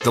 The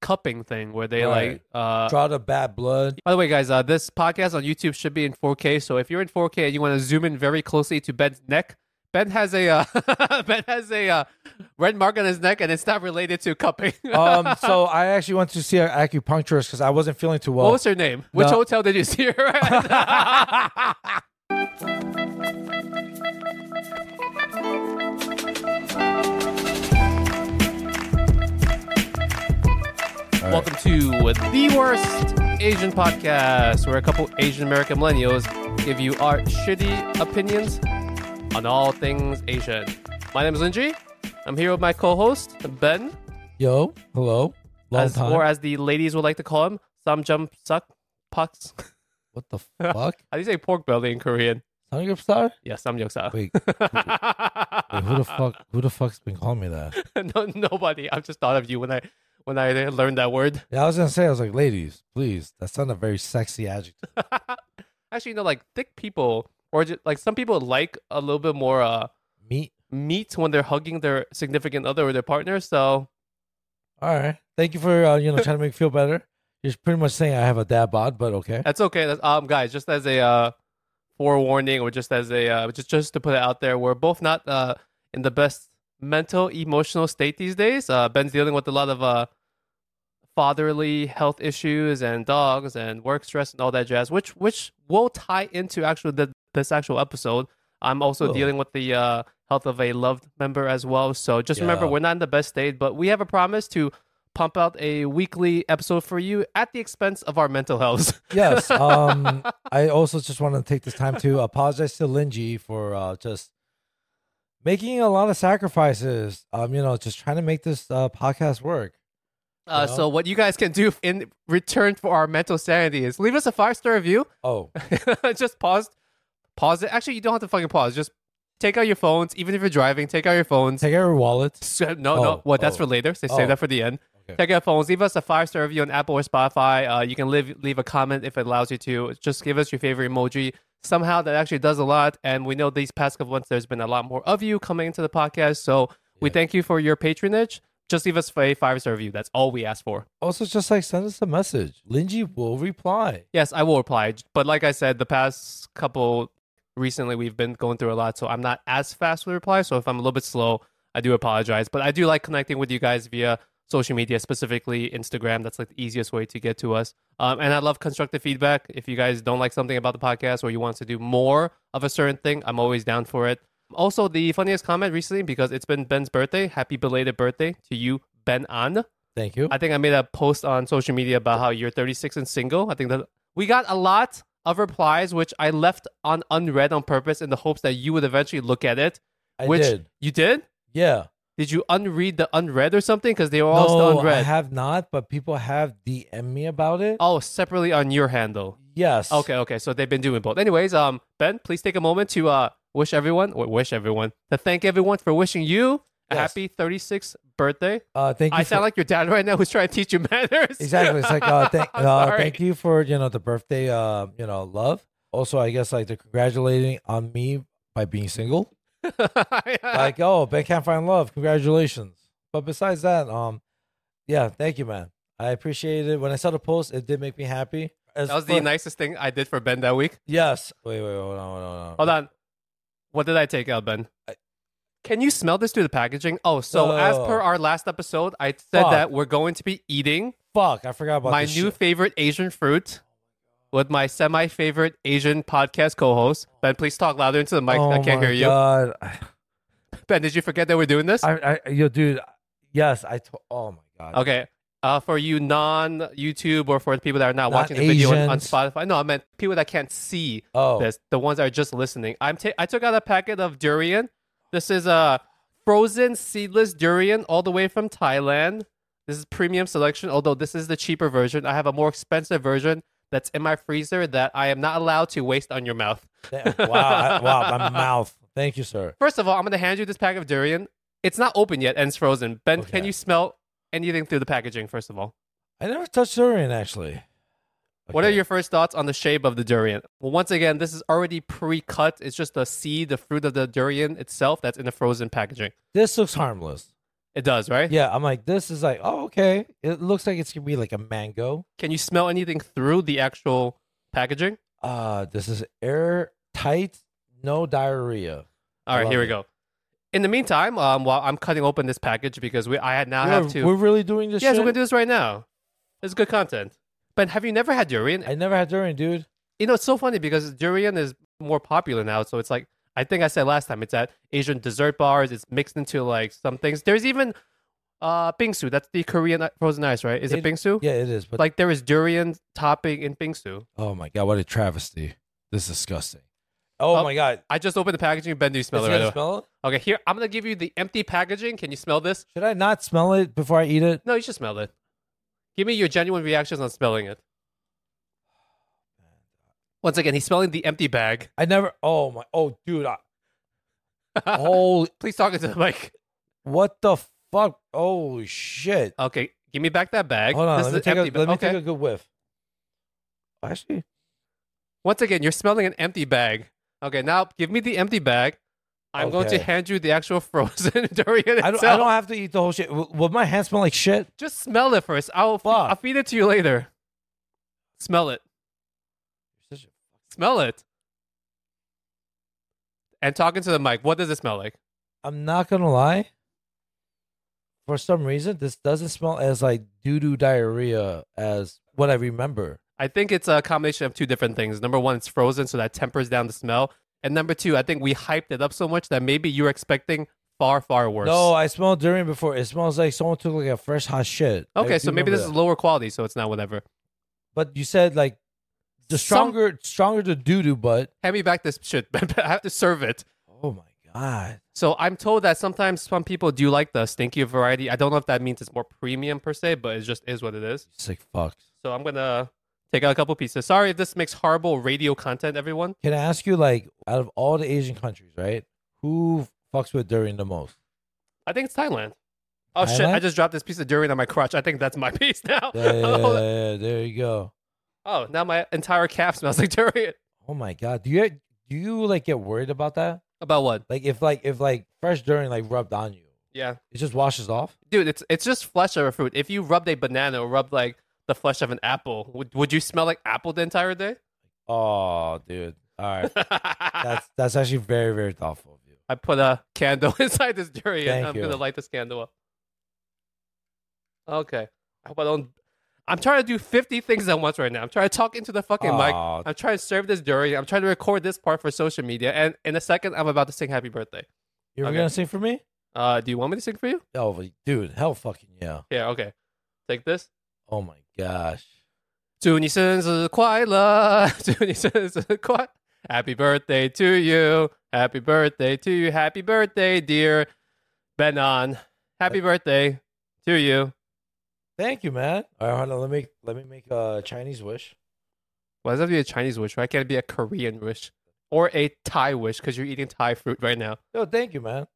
cupping thing where they Right. like. Uh, Draw the bad blood. by the way, guys, uh, this podcast on YouTube should be in 4K. So if you're in 4K and you want to zoom in very closely to Ben's neck, Ben has a uh, Ben has a uh, red mark on his neck, and it's not related to cupping. Um, so I actually went to see an acupuncturist because I wasn't feeling too well. what was her name? Which no. hotel did you see her at? Welcome to the worst Asian podcast, where a couple Asian American millennials give you our shitty opinions on all things Asian. My name is Linji. I'm here with my co-host Ben, Yo, hello, long as, time. or as the ladies would like to call him, Sam Jump Suck Pucks. what the fuck? How do you say pork belly in Korean? Sonic Star? Yeah, samgyeopsal. Wait, wait, who the fuck? Who the fuck's been calling me that? no, nobody. I just thought of you when I when I learned that word. Yeah, I was gonna say, I was like, ladies, please. That's not a very sexy adjective. Actually, you know, like thick people, or just, like some people like a little bit more uh, Meat. meat when they're hugging their significant other or their partner. So All right. Thank you for uh, you know trying to make me feel better. You're pretty much saying I have a dad bod, but okay. that's okay. That's, um, guys, just as a uh, forewarning, or just as a uh, just just to put it out there, we're both not uh, in the best mental emotional state these days. Uh, Ben's dealing with a lot of uh, fatherly health issues and dogs and work stress and all that jazz, which which will tie into actually the, this actual episode. I'm also Cool. dealing with the uh, health of a loved member as well. So just remember, Yeah. we're not in the best state, but we have a promise to pump out a weekly episode for you at the expense of our mental health. Yes. Um, I also just want to take this time to apologize to Linji for uh, just making a lot of sacrifices. Um, you know, just trying to make this uh, podcast work. Uh, Yeah. So what you guys can do in return for our mental sanity is leave us a five star review. Oh, just pause, pause it. Actually, you don't have to fucking pause. Just take out your phones, even if you're driving. Take out your phones. take out your wallet. So- no, no. Oh, Well, that's oh. for later. So Oh. save that for the end. Okay. Take out phones. Leave us a five star review on Apple or Spotify. Uh, you can leave leave a comment if it allows you to. Just give us your favorite emoji. Somehow that actually does a lot, and we know these past couple months there's been a lot more of you coming into the podcast. So we thank you for your patronage. Just leave us a five star review. That's all we ask for. Also, just like send us a message. Linji will reply. Yes, I will reply. But like I said, the past couple recently we've been going through a lot, so I'm not as fast with reply. So if I'm a little bit slow, I do apologize. But I do like connecting with you guys via social media, specifically Instagram. That's like the easiest way to get to us. Um, and I love constructive feedback. If you guys don't like something about the podcast or you want us to do more of a certain thing, I'm always down for it. Also, the funniest comment recently because it's been Ben's birthday. Happy belated birthday to you, Ben An. Thank you. I think I made a post on social media about how you're 36 and single. I think that we got a lot of replies, which I left on unread on purpose in the hopes that you would eventually look at it. I which did. You did? Yeah. Did you unread the unread or something? Because they were all still no, I unread. have not, but people have DM me about it. oh, separately on your handle. Yes. Okay, okay. So they've been doing both. Anyways, um, Ben, please take a moment to uh wish everyone or wish everyone to thank everyone for wishing you a Yes. happy 36th birthday. Uh, thank you. I for- sound like your dad right now who's trying to teach you manners. Exactly. It's like uh, thank, I'm uh, sorry. thank you for you know the birthday uh, you know love. Also, I guess like they're congratulating on me by being single. Like, oh, Ben can't find love. Congratulations. But besides that, um, yeah, thank you, man. I appreciate it. When I saw the post, it did make me happy. As That was far- the nicest thing I did for Ben that week. Yes. Wait, wait, hold on, hold on. Hold on. Hold on. What did I take out, Ben? Can you smell this through the packaging? Oh, so as Oh. per our last episode, I said Fuck. that we're going to be eating Fuck, I forgot about my this new shit. favorite Asian fruit with my semi favorite Asian podcast co host. Ben, please talk louder into the mic. oh I can't my hear you. God. Ben, did you forget that we're doing this? I, I, yo, dude. Yes, I. To- oh my god. okay. Uh, for you non YouTube or for people that are not, Not watching the video on, on Asians. Spotify, no, I meant people that can't see Oh, this. The ones that are just listening. I'm ta- I took out a packet of uh, durian. This is a frozen seedless durian all the way from Thailand. This is premium selection, although this is the cheaper version. I have a more expensive version that's in my freezer that I am not allowed to waste on your mouth. Damn, wow, I- wow, my mouth. Thank you, sir. First of all, I'm going to hand you this pack of durian. It's not open yet and it's frozen. Ben, Okay. can you smell anything through the packaging, first of all? I never touched durian actually. What are Okay. your first thoughts on the shape of the durian? Well, once again, this is already pre cut. It's just the seed, the fruit of the durian itself that's in the frozen packaging. This looks harmless. It does, right? Yeah, I'm like, this is like, oh, okay. It looks like it's gonna be like a mango. Can you smell anything through the actual packaging? Uh, this is airtight, no diarrhea. All right, Love here we it. go. In the meantime, um, while I'm cutting open this package because we, I had now we're, have to. we're really doing this yes, shit. we're gonna do this right now. It's good content. But have you never had durian? I never had durian, dude. you know, it's so funny because durian is more popular now. So it's like I think I said last time, it's at Asian dessert bars. It's mixed into like some things. There's even uh bingsu. That's the Korean i- frozen ice, right? Is it, It- bingsu? Yeah, it is. But Like there is durian topping in bingsu. oh my god, what a travesty. This is disgusting. Oh, Oh, my god, I just opened the packaging. Ben, do you smell Is it it right gonna away? smell it? Okay, here I'm gonna give you the empty packaging. Can you smell this? Should I not smell it before I eat it? No, you should smell it. Give me your genuine reactions on smelling it. Once again, he's smelling the empty bag. I never. Oh my. Oh, dude. I, holy. Please talk into the mic. What the fuck? Oh shit. Okay, give me back that bag. Hold on. this Let is me, an take a, empty bag. let me okay. take a good whiff. Actually, Once again, you're smelling an empty bag. Okay, now give me the empty bag. I'm going to Okay. hand you the actual frozen durian I don't, I itself. don't have to eat the whole shit. W- Would my hand smell like shit? Just smell it first. I'll, fe- Fuck. I'll feed it to you later. Smell it. Smell it. And talking to the mic, what does it smell like? I'm not gonna lie. For some reason, this doesn't smell as like doo doo diarrhea as what I remember. I think it's a combination of two different things. Number one, it's frozen, so that tempers down the smell. And number two, I think we hyped it up so much that maybe you were expecting far, far worse. No, I smelled durian before. It smells like someone took like a fresh hot shit. I okay, do so maybe remember this is that. lower quality, so it's not whatever. But you said like the Some- stronger, stronger the doo doo, but Hand me back this shit. I have to serve it. oh my god, So I'm told that sometimes some people do like the stinky variety. I don't know if that means it's more premium per se, but it just is what it is. sick fucks. So I'm gonna take out a couple pieces. Sorry if this makes horrible radio content, everyone. Can I ask you, like, out of all the Asian countries, right? Who fucks with durian the most? I think it's Thailand. Oh shit! Thailand? I just dropped this piece of durian on my crotch. I think that's my piece now. Yeah, yeah, yeah, yeah, yeah, there you go. Oh, now my entire calf smells like durian. Oh my god, do you do you like get worried about that? About what? Like if like if like fresh durian like rubbed on you, Yeah, it just washes off. dude, it's it's just flesh of a fruit. If you rubbed a banana or rubbed like the flesh of an apple, would would you smell like apple the entire day? Oh, dude. All right, that's that's actually very very thoughtful of you. I put a candle inside this durian. Thank I'm you. gonna light this candle up. Okay. I hope I don't. I'm trying to do 50 things at once right now. I'm trying to talk into the fucking mic. Aw. I'm trying to serve this durian. I'm trying to record this part for social media. And in a second, I'm about to sing happy birthday. You ever Okay. gonna sing for me? Uh, do you want me to sing for you? Oh, but dude, hell fucking yeah. Yeah. Okay. Take this. 哦 my gosh. 祝你生日快乐，祝你生日快 Happy birthday to you, Happy birthday to you, Happy birthday, dear Benon. Uh, Happy birthday to you. Thank you, man. All right, hold on. Let me let me make a Chinese wish. Why does it have to be a Chinese wish? Why can't it be a Korean wish or a Thai wish? Because you're eating Thai fruit right now. Yo, thank you, man.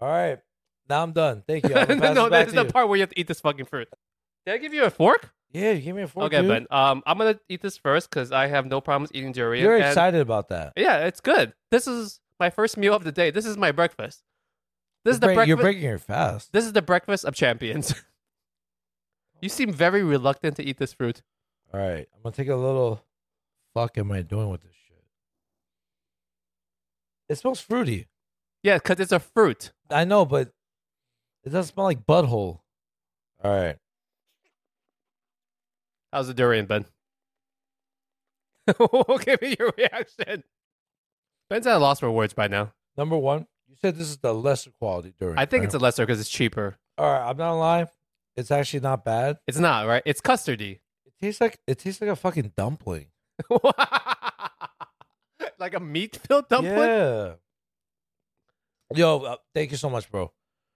All right. Now I'm done. Thank you. I'm gonna pass no, it back that's to the you. part where you have to eat this fucking fruit. Did I give you a fork? Yeah, you give me a fork. okay, dude. Ben. Um, I'm gonna eat this first because I have no problems eating durian. You're and- excited about that. Yeah, it's good. This is my first meal of the day. This is my breakfast. This is the you're, break- you're breakfast. breaking your fast. This is the breakfast of champions. you seem very reluctant to eat this fruit. All right. I'm going to take a little. Fuck am I doing with this shit? It smells fruity. Yeah, because it's a fruit. I know, but it doesn't smell like butthole. All right. How's the durian, Ben? Give me your reaction. Ben's at a loss for words by now. Number one, you said this is the lesser quality durian. I think it's a lesser because it's cheaper. All right. I'm not gonna lie. It's actually not bad. It's not, right? It's custardy. It tastes like it tastes like a fucking dumpling. like a meat filled dumpling? Yeah. Yo, uh, thank you so much, bro.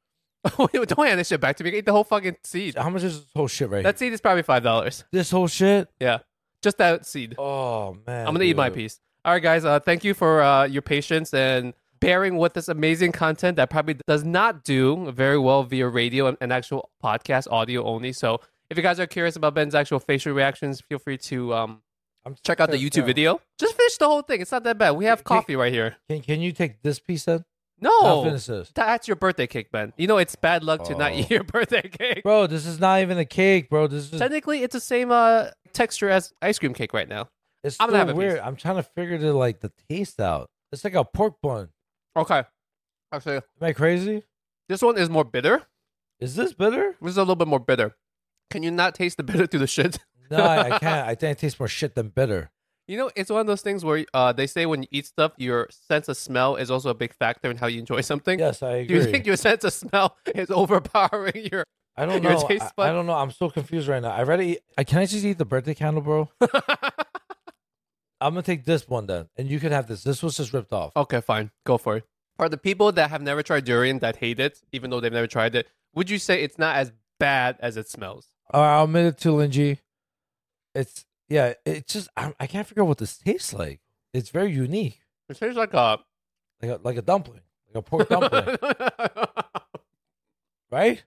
Don't hand this shit back to me. Eat the whole fucking seed. How much is this whole shit right That seed is probably five dollars. here? This whole shit. Yeah, just that seed. Oh man. I'm gonna eat my dude. piece. All right, guys. Uh, thank you for uh, your patience and bearing with this amazing content that probably does not do very well via radio and, and actual podcast audio only. So, if you guys are curious about Ben's actual facial reactions, feel free to um, I'm check out the YouTube video. Just finish the whole thing. It's not that bad. We have Can- coffee right here. Can Can you take this piece then? I'll No, finish this. that's your birthday cake, Ben. You know it's bad luck to not Oh. eat your birthday cake. Bro, this is not even a cake, bro. This is Technically, it's the same uh, texture as ice cream cake right now. it's I'm gonna still have a weird. piece. I'm trying to figure the like the taste out. It's like a pork bun. Okay, actually, Am I crazy? this one is more bitter. Is this bitter? This is a little bit more bitter. Can you not taste the bitter through the shit? No, I, I can't. I think it tastes more shit than bitter. You know, it's one of those things where uh, they say when you eat stuff, your sense of smell is also a big factor in how you enjoy something. Yes, Do I agree. you think your sense of smell is overpowering your? I don't your know. taste I, bud? I don't know. I'm so confused right now. I ready. Eat, I can I just eat the birthday candle, bro? I'm gonna take this one then, and you can have this. This was just ripped off. okay, fine, go for it. For the people that have never tried durian that hate it, even though they've never tried it, would you say it's not as bad as it smells? All right, I'll admit it to Linji. It's yeah. It's just I, I can't figure out what this tastes like. It's very unique, It tastes like uh, a. like a, like a dumpling, like a pork dumpling, right?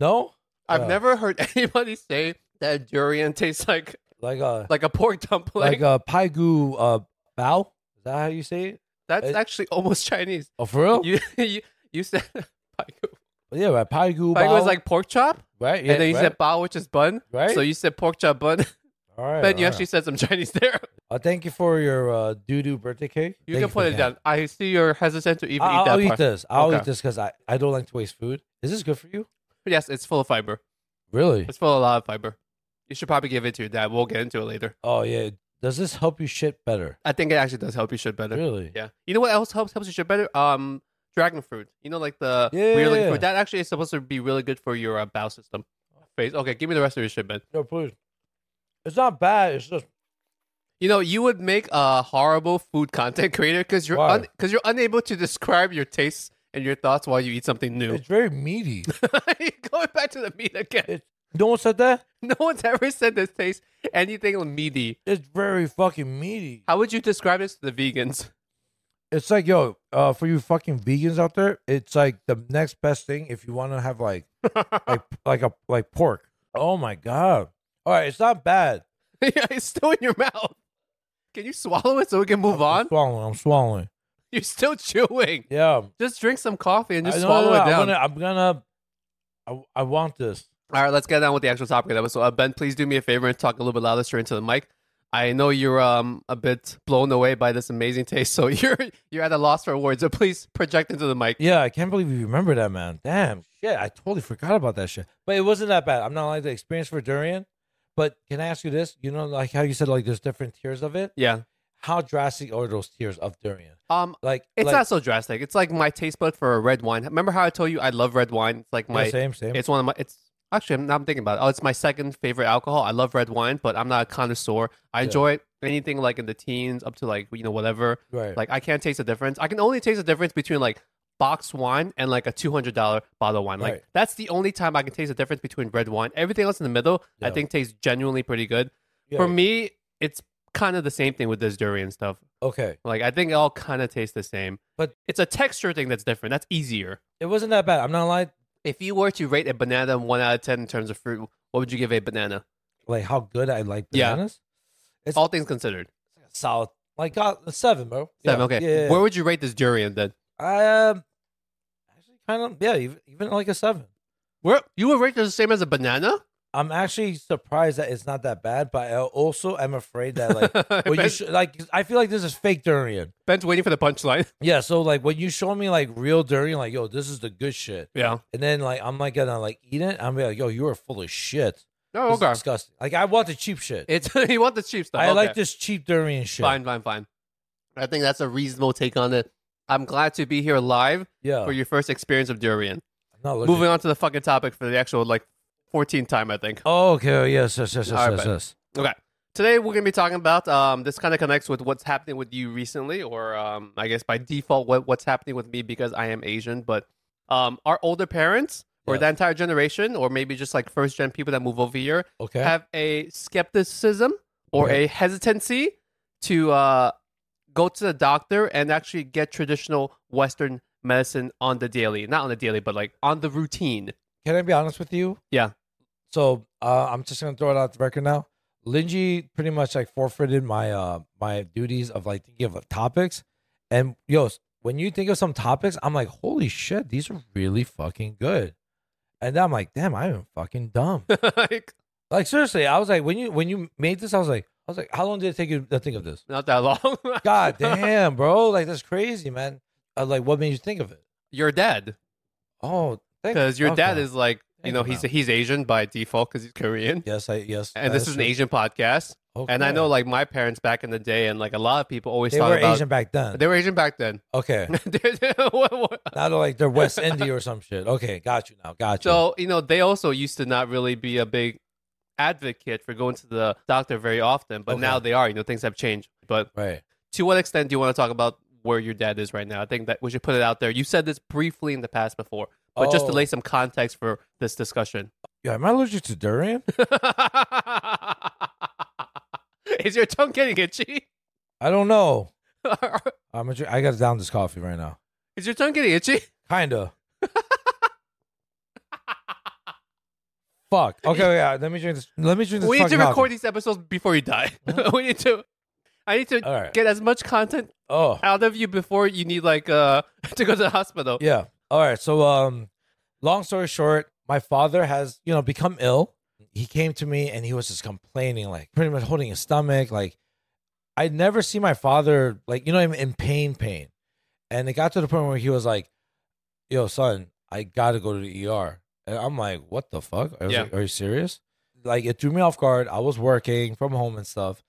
No, I've Yeah. never heard anybody say that durian tastes like like a like a pork dumpling. like, a pie goo uh bao. Is that how you say it? That's it- actually almost Chinese. Oh, for real? You you, you said paigu. yeah, right. Pie goo Paigu bao. is like pork chop, right. Yeah, and then you right, said bao, which is bun. right. So you said pork chop bun. all right, then you all actually right. said some Chinese there. Uh, thank you for your uh, doo doo birthday cake. You Thank can for put it that. down. I see you're hesitant to even I'll, eat that I'll eat part. this. I'll Okay. eat this because I, I don't like to waste food. Is this good for you? Yes, it's full of fiber. Really? It's full of a lot of fiber. You should probably give it to your dad. We'll get into it later. Oh yeah. Does this help you shit better? I think it actually does help you shit better. Really? Yeah. You know what else helps helps you shit better? Um, dragon fruit. You know, like the Yeah, weird yeah, looking yeah. fruit. That actually is supposed to be really good for your uh, bowel system. Face. Okay, give me the rest of your shit, man. No, please. It's not bad. It's just You know, you would make a horrible food content creator because you're Why? because you're unable to describe your tastes and your thoughts while you eat something new. it's very meaty. Going back to the meat again. no one said that. No one's ever said this tastes anything meaty. It's very fucking meaty. How would you describe this to the vegans? It's like yo, uh, for you fucking vegans out there, it's like the next best thing if you want to have like like like a like pork. Oh my god. All right, it's not bad. yeah, it's still in your mouth. Can you swallow it so we can move I'm on? swallowing. I'm swallowing. You're still chewing. Yeah. Just drink some coffee and just I- no, no, swallow no, it down. I'm gonna. I'm gonna I, I want this. All right, let's get on with the actual topic of the episode. Uh, ben, please do me a favor and talk a little bit louder straight into the mic. I know you're um a bit blown away by this amazing taste, so you're you're at a loss for words. So please project into the mic. Yeah, I can't believe you remember that, man. Damn, shit, I totally forgot about that shit. But it wasn't that bad. I'm not like the experience for durian. But can I ask you this? You know, like how you said, like there's different tiers of it. Yeah. How drastic are those tiers of durian? Um, Like it's like, not so drastic. It's like my taste bud for a red wine. Remember how I told you I love red wine? It's like yeah, my same, same. it's one of my it's actually I'm, now I'm thinking about it. Oh, it's my second favorite alcohol. I love red wine, but I'm not a connoisseur. I Yeah. enjoy anything like in the teens up to like you know whatever. right. Like I can't taste the difference. I can only taste the difference between like box wine and like a two hundred dollar bottle of wine. Like Right. that's the only time I can taste the difference between red wine. Everything else in the middle, I Yeah. think tastes genuinely pretty good. Yeah, For me, it's kind of the same thing with this durian stuff. okay, Like I think it all kind of tastes the same. But- it's a texture thing that's different. That's easier. it wasn't that bad. I'm not like If you were to rate a banana one out of ten in terms of fruit, what would you give a banana? like how good I like Yeah. bananas. It's- All things considered, Solid. Like God, a seven, bro. seven. Yeah, okay, Yeah. yeah. where would you rate this durian then? Um, actually, kind of. Yeah, even, even like a seven. Where you would rate this the same as a banana? I'm actually surprised that it's not that bad, but I also am afraid that like well, you Ben's- should, like I feel like this is fake durian. Ben's waiting for the punchline. Yeah, so like when you show me like real durian, like yo, this is the good shit, Yeah. and then like I'm like gonna like eat it, I'm like yo, you are full of shit. Oh, This is okay. disgusting. Like I want the cheap shit. It's you want the cheap stuff. I okay. like this cheap durian shit. Fine, fine, fine. I think that's a reasonable take on it. I'm glad to be here live Yeah, for your first experience of durian. I'm not looking. Moving on to the fucking topic for the actual like 14th time, I think. Oh, okay. Yes, yes, yes, yes, All right, yes, bud. yes. Okay. Today we're gonna be talking about um, this kind of connects with what's happening with you recently, or um, I guess by default what, what's happening with me because I am Asian. But um, our older parents or Yes. the entire generation, or maybe just like first gen people that move over here, Okay. have a skepticism or Okay. a hesitancy to uh, go to the doctor and actually get traditional Western medicine on the daily, not on the daily, but like on the routine. Can I be honest with you? Yeah. So uh, I'm just gonna throw it out the record now. Linji pretty much like forfeited my uh my duties of like thinking of topics, and yo, s- when you think of some topics, I'm like, holy shit, these are really fucking good, and then I'm like, damn, I am fucking dumb. like, like seriously, I was like, when you when you made this, I was like, I was like, how long did it take you to think of this? not that long. God damn, bro, like that's crazy, man. I was like, what made you think of it? Your dad, Oh, thank- because your dad okay. is like, you know, Thank you, he's man. he's Asian by default because he's Korean. yes, I yes, And that this is an true. Asian podcast. And I Okay. know like my parents back in the day and like a lot of people always they thought were about Asian back then. they were Asian back then. Okay. What- what- Not like they're West India or some shit. Okay, got you now. Got you. so, you know, they also used to not really be a big advocate for going to the doctor very often, but Okay. now they are, you know, things have changed. But right. to what extent do you want to talk about where your dad is right now? I think that we should put it out there. You said this briefly in the past before, but just to Oh. lay some context for this discussion. Yeah, am I allergic to durian? is your tongue getting itchy? I don't know. I'm a, I got to down this coffee right now. is your tongue getting itchy? Kinda. Fuck. Okay, yeah. Let me drink this. Let me drink this. we need to fucking record coffee. these episodes before you die. Huh? we need to. I need to All right. get as much content Oh, out of you before you need like uh to go to the hospital. yeah. All right. So, um, long story short, my father has you know become ill. He came to me and he was just complaining, like pretty much holding his stomach, like I never see my father like you know in, in pain, pain, and it got to the point where he was like, "Yo, son, I gotta go to the ER," and I'm like, "What the fuck? I was Yeah. like, Are you serious?" Like it threw me off guard. I was working from home and stuff,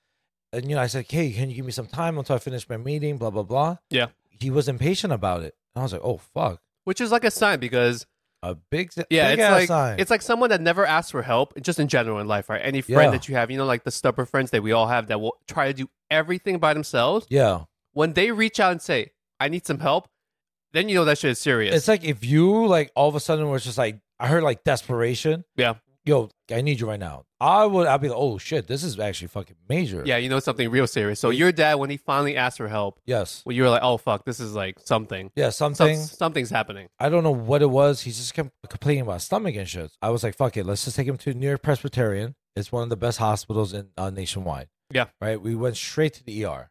and you know I said, "Hey, can you give me some time until I finish my meeting?" Blah blah blah. Yeah. He was impatient about it, and I was like, "Oh fuck, Which is like a sign because a big yeah, big it's ass like sign." it's like someone that never asks for help, just in general in life, right? Any friend Yeah. that you have, you know, like the stubborn friends that we all have that will try to do everything by themselves. yeah." When they reach out and say, "I need some help," then you know that shit is serious. It's like if you like all of a sudden was just like I heard like desperation. Yeah. Yo, I need you right now. I would I'd be like, oh shit, this is actually fucking major. yeah, you know something real serious. So your dad, when he finally asked for help, Yes. well, you were like, "Oh fuck, this is like something." Yeah, Some- something. something's happening. I don't know what it was. He just kept complaining about stomach and shit. I was like, fuck it, let's just take him to New York Presbyterian. It's one of the best hospitals in uh, nationwide. Yeah. Right. We went straight to the ER.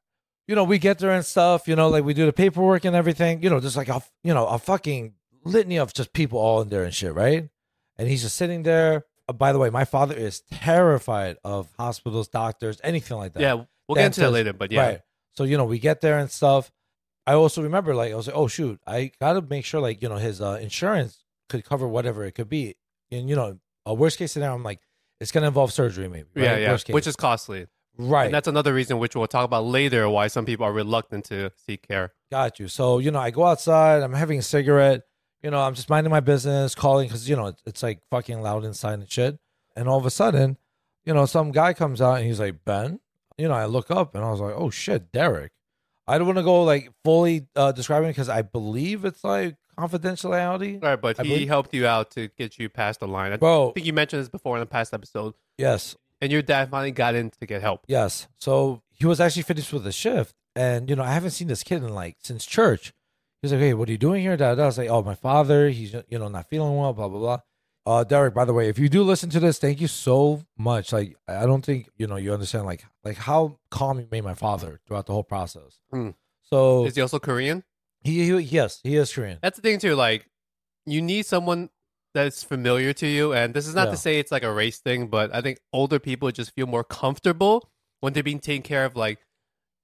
You know, we get there and stuff. You know, like we do the paperwork and everything. You know, just like a f- you know a fucking litany of just people all in there and shit. Right. And he's just sitting there. Uh, by the way, my father is terrified of hospitals, doctors, anything like that. yeah, we'll get into that Dentist, later, but yeah. Right. So, you know, we get there and stuff. I also remember, like, I was like, oh, shoot, I got to make sure, like, you know, his uh, insurance could cover whatever it could be. And, you know, a worst case scenario, I'm like, it's going to involve surgery, maybe. Right? Yeah, yeah, Worst case. which is costly. right. And that's another reason which we'll talk about later why some people are reluctant to seek care. Got you. So, you know, I go outside, I'm having a cigarette, you know, I'm just minding my business, calling because, you know, it's, it's like fucking loud inside and shit. And all of a sudden, you know, some guy comes out and he's like, Ben. You know, I look up and I was like, oh shit, Derek. I don't want to go like fully uh, describing because I believe it's like confidentiality. All right, but I he believe- helped you out to get you past the line. I Bro, think you mentioned this before in the past episode. yes. And your dad finally got in to get help. Yes. So he was actually finished with the shift. And, you know, I haven't seen this kid in like since church. He's like, hey, what are you doing here? Da, da, da. I was like, oh, my father, he's, you know, not feeling well, blah, blah, blah. Uh, Derek, by the way, if you do listen to this, thank you so much. Like, I I don't think, you know, you understand, like, like how calm you made my father throughout the whole process. Hmm. So Is he also Korean? he, he, yes, he is Korean. That's the thing too. Like, you need someone that's familiar to you, and this is not Yeah. to say it's like a race thing, but I think older people just feel more comfortable when they're being taken care of, like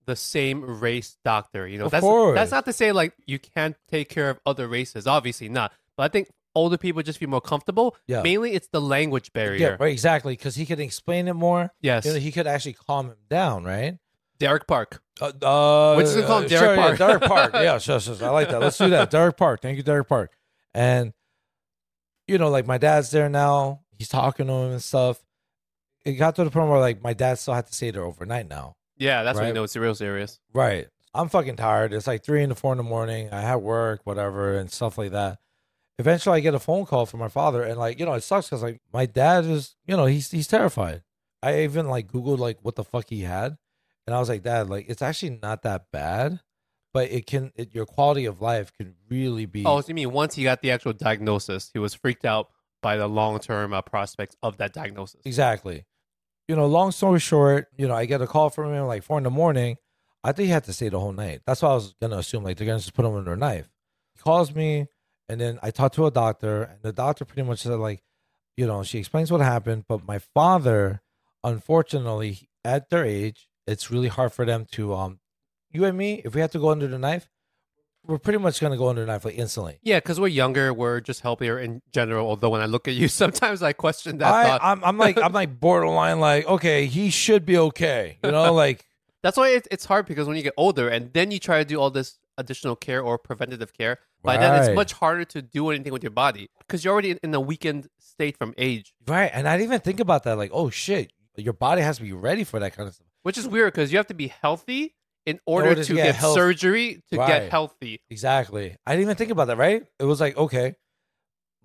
the same race doctor. You know, Of that's course. that's not to say like you can't take care of other races. Obviously not, but I think older people just feel more comfortable. Yeah. Mainly, it's the language Yeah, barrier. right, exactly. Because he could explain it more. Yes, You know, he could actually calm him down, right? Derek Park. Uh, uh, We're just gonna call him uh, Derek sure, yeah, Park. Derek Park. Yeah, sure, sure, sure. I like that. Let's do that. Derek Park. Thank you, Derek Park. And you know, like my dad's there now. He's talking to him and stuff. It got to the point where like my dad still had to stay there overnight now. Yeah, that's when you Right. know it's real serious. Right. I'm fucking tired. It's like three in the four in the morning. I had work, whatever, and stuff like that. eventually I get a phone call from my father, and like you know, it sucks because like my dad is you know he's he's terrified. I even like googled like what the fuck he had, and I was like, Dad, like it's actually not that bad, but it can it, your quality of life can really be. Oh, so you mean once he got the actual diagnosis, he was freaked out by the long term uh, prospects of that diagnosis. Exactly. You know, long story short, you know, I get a call from him like four in the morning. I think he had to stay the whole night. That's what I was gonna assume. Like they're gonna just put him under a knife. He calls me, and then I talked to a doctor, and the doctor pretty much said like, you know, she explains what happened, but my father, unfortunately, at their age, it's really hard for them to um, you and me, if we had to go under the knife, we're pretty much gonna go under the knife like instantly. Yeah, because we're younger, we're just healthier in general. Although when I look at you, sometimes I question that I, thought. I'm, I'm like I'm like borderline like okay, he should be okay, you know, like That's why it, it's hard because when you get older and then you try to do all this additional care or preventative care, by then it's Right. much harder to do anything with your body because you're already in, in a weakened state from age, right. And I didn't even think about that. Like oh shit, your body has to be ready for that kind of stuff. which is weird because you have to be healthy in order, order to to get get, health- surgery to Right. get healthy. Exactly. I didn't even think about that, right? It was like, okay,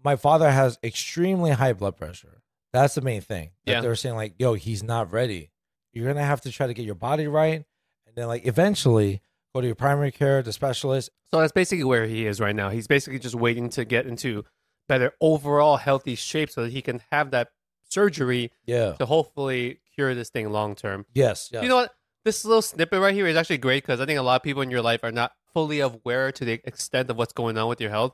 my father has extremely high blood pressure. That's the main thing. That Yeah. They were saying, like, yo, he's not ready. You're going to have to try to get your body right. And then, like, eventually go to your primary care, the specialist. So that's basically where he is right now. He's basically just waiting to get into better overall healthy shape so that he can have that surgery Yeah. to hopefully cure this thing long term. Yes. yes. You know what? This little snippet right here is actually great because I think a lot of people in your life are not fully aware to the extent of what's going on with your health.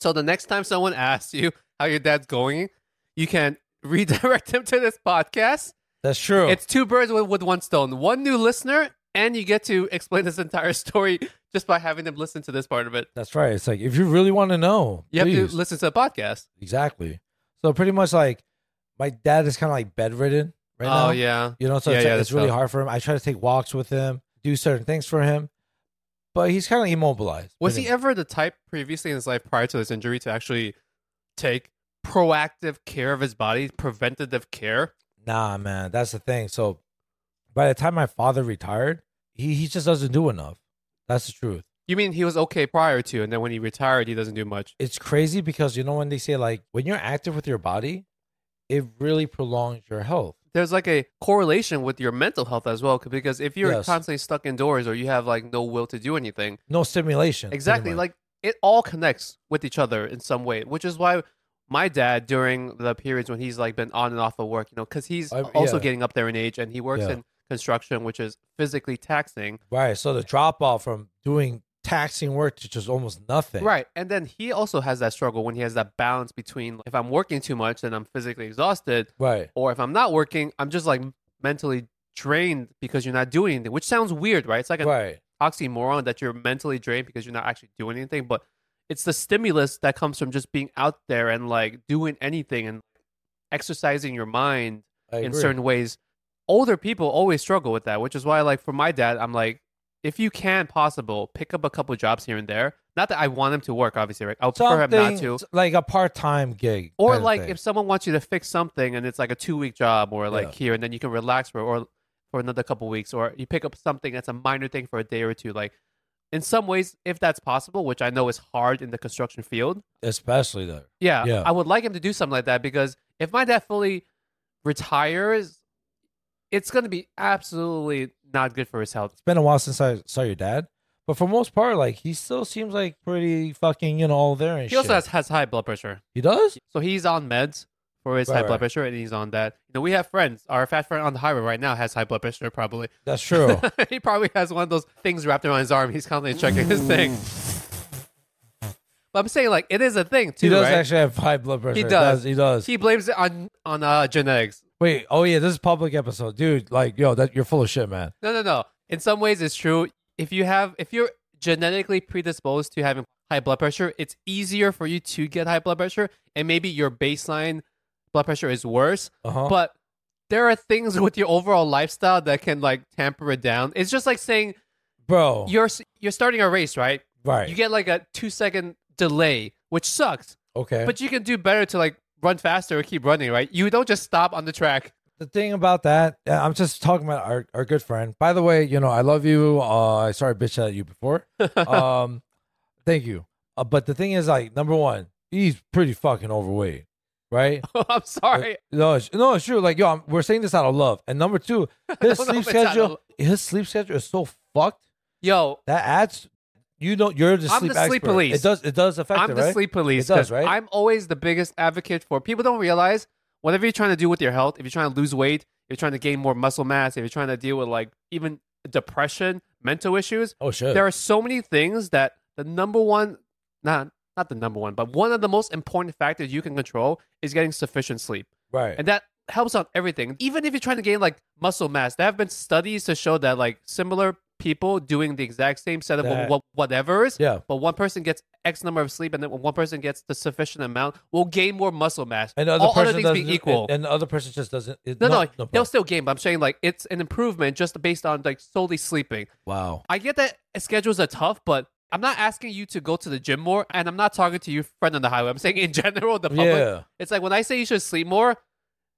So the next time someone asks you how your dad's going, you can redirect them to this podcast. that's true. It's two birds with, with one stone. One new listener, and you get to explain this entire story just by having them listen to this part of it. that's right. It's like, if you really want to know, You have please. to listen to the podcast. exactly. So, pretty much like, my dad is kind of like bedridden right now. oh yeah. You know, so Yeah, it's, yeah, it's that's really tough. hard for him. I try to take walks with him, do certain things for him, but he's kind of immobilized. Was pretty he ever the type previously in his life prior to his injury to actually take proactive care of his body, preventative care? Nah, man, that's the thing. So by the time my father retired, he, he just doesn't do enough. That's the truth. You mean he was okay prior to, and then when he retired, he doesn't do much? It's crazy because you know when they say like when you're active with your body, it really prolongs your health. There's like a correlation with your mental health as well, c- because if you're Yes. constantly stuck indoors or you have like no will to do anything, No stimulation. pretty exactly, much. like it all connects with each other in some way, which is why my dad during the periods when he's like been on and off of work, you know, because he's I- also yeah. getting up there in age and he works Yeah. in construction, which is physically taxing. right. So the drop off from doing taxing work to just almost nothing. Right. And then he also has that struggle when he has that balance between if I'm working too much, then I'm physically exhausted, Right. or if I'm not working, I'm just like mentally drained because you're not doing anything, which sounds weird, right? It's like an Right. oxymoron that you're mentally drained because you're not actually doing anything, but it's the stimulus that comes from just being out there and like doing anything and exercising your mind I in agree. certain ways. Older people always struggle with that, which is why, like, for my dad, I'm like, if you can possible, pick up a couple jobs here and there. Not that I want him to work, obviously, right? I'll prefer him not to. like a part time gig. Or kind of like thing. if someone wants you to fix something and it's like a two week job or like Yeah. here and then you can relax for or for another couple weeks or you pick up something that's a minor thing for a day or two. Like in some ways, if that's possible, which I know is hard in the construction field, especially though. yeah, Yeah. I would like him to do something like that because if my dad fully retires, it's going to be absolutely not good for his health. it's been a while since I saw your dad, but for most part, like he still seems like pretty fucking, you know, all there and He shit. also has, has high blood pressure. he does. So he's on meds for his Right, high right. blood pressure and he's on that. You know, we have friends. Our fat friend on the highway right now has high blood pressure probably. That's true. he probably has one of those things wrapped around his arm. He's constantly checking his thing. But I'm saying like it is a thing too, Mm. he does right? actually have high blood pressure. does. He does. he blames it on on uh, genetics. Wait. Oh yeah, this is public episode, dude. Like, yo, that you're full of shit, man. No, no, no. In some ways, it's true. If you have, if you're genetically predisposed to having high blood pressure, it's easier for you to get high blood pressure, and maybe your baseline blood pressure is worse. Uh huh. But there are things with your overall lifestyle that can like tamper it down. It's just like saying Bro, you're s- you're starting a race, right? Oh. right. You get like a two second delay, which sucks, okay. but you can do better to like run faster or keep running, right? You don't just stop on the track. the thing about that, uh, I'm just talking about our, our good friend. By the way, you know, I love you. Uh, I sorry, bitch, at you before. um, thank you. Uh, but the thing is, like, number one, he's pretty fucking overweight, right? Uh, I'm sorry. No, it's, no, it's true. Like yo, I'm, we're saying this out of love. And number two, his don't know sleep if it's out of schedule, love. his sleep schedule is so fucked Yo, that adds. You know, you're the I'm sleep the sleep expert. police. It does, it does affect I'm it, the right? sleep police. It does, 'cause right? I'm always the biggest advocate for people don't realize whatever you're trying to do with your health, if you're trying to lose weight, if you're trying to gain more muscle mass, if you're trying to deal with like even depression, mental issues, oh shit. there are so many things that the number one not not the number one, but one of the most important factors you can control is getting sufficient sleep. right. And that helps on everything. Even if you're trying to gain like muscle mass, there have been studies to show that like similar people doing the exact same set of That- wha- whatever's yeah. but one person gets X number of sleep, and then when one person gets the sufficient amount, will gain more muscle mass. And the other All person other things doesn't being do- equal. And, and the other person just doesn't. It, no, no, no they'll still gain, but I'm saying like it's an improvement just based on like solely sleeping. wow. I get that schedules are tough, but I'm not asking you to go to the gym more, and I'm not talking to your friend on the highway. I'm saying in general, the public. Yeah. It's like when I say you should sleep more,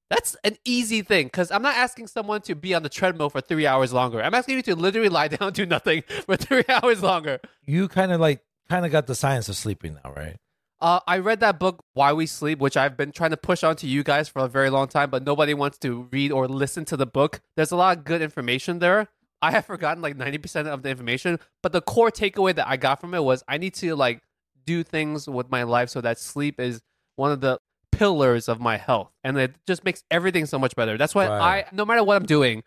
that's an easy thing because I'm not asking someone to be on the treadmill for three hours longer. I'm asking you to literally lie down, do nothing for three hours longer. You kind of like, kind of got the science of sleeping now, right? Uh, I read that book, Why We Sleep, which I've been trying to push on to you guys for a very long time, but nobody wants to read or listen to the book. There's a lot of good information there. I have forgotten like 90% of the information, but the core takeaway that I got from it was I need to like do things with my life so that sleep is one of the pillars of my health. And it just makes everything so much better. That's why I, Right. no matter what I'm doing,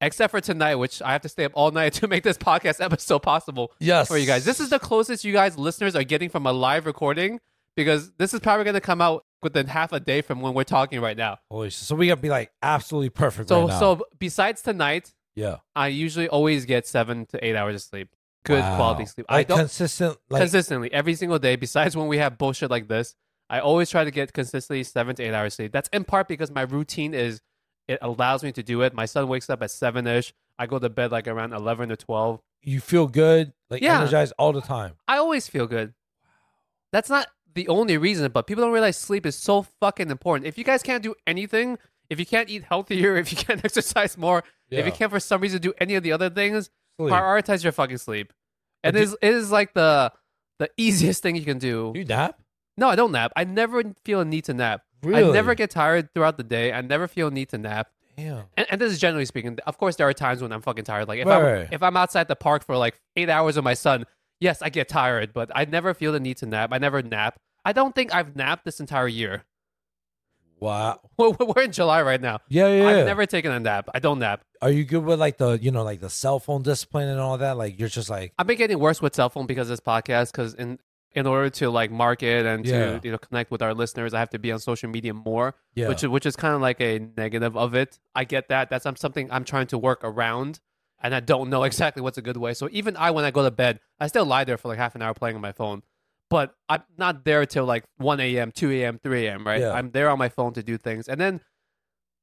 except for tonight, which I have to stay up all night to make this podcast episode possible, Yes. for you guys. This is the closest you guys listeners are getting from a live recording because this is probably going to come out within half a day from when we're talking right now. Holy shit. So we gotta be like absolutely perfect. So right now. so besides tonight, yeah, I usually always get 7 to 8 hours of sleep. Good Wow. quality sleep. I Like don't consistent. Like consistently every single day besides when we have bullshit like this, I always try to get consistently 7 to 8 hours sleep. That's in part because my routine is it allows me to do it. My son wakes up at 7ish. I go to bed like around 11 or 12. you feel good, like Yeah. energized all the time. I always feel good. That's not the only reason, but people don't realize sleep is so fucking important. If you guys can't do anything, if you can't eat healthier, if you can't exercise more, Yeah. if you can't for some reason do any of the other things, Sleep. prioritize your fucking sleep. And But it is, it is like the the easiest thing you can do. you nap? No, I don't nap. I never feel a need to nap. Really? I never get tired throughout the day. I never feel a need to nap. Damn. And, and this is generally speaking. Of course, there are times when I'm fucking tired. Like if Right. I'm if I'm outside the park for like eight hours with my son, yes, I get tired, but I never feel the need to nap. I never nap. I don't think I've napped this entire year. Wow. We're, we're in July right now. Yeah, yeah. yeah. I've never taken a nap. I don't nap. Are you good with like the you know like the cell phone discipline and all that? Like you're just like I've been getting worse with cell phone because of this podcast. Because in in order to like market and Yeah. to you know connect with our listeners, I have to be on social media more. yeah. which which is kind of like a negative of it. I get that. That's um, something I'm trying to work around, and I don't know exactly what's a good way. So even I, when I go to bed, I still lie there for like half an hour playing on my phone, but I'm not there till like 1 a.m., 2 a.m., 3 a.m. Right? Yeah. I'm there on my phone to do things, and then.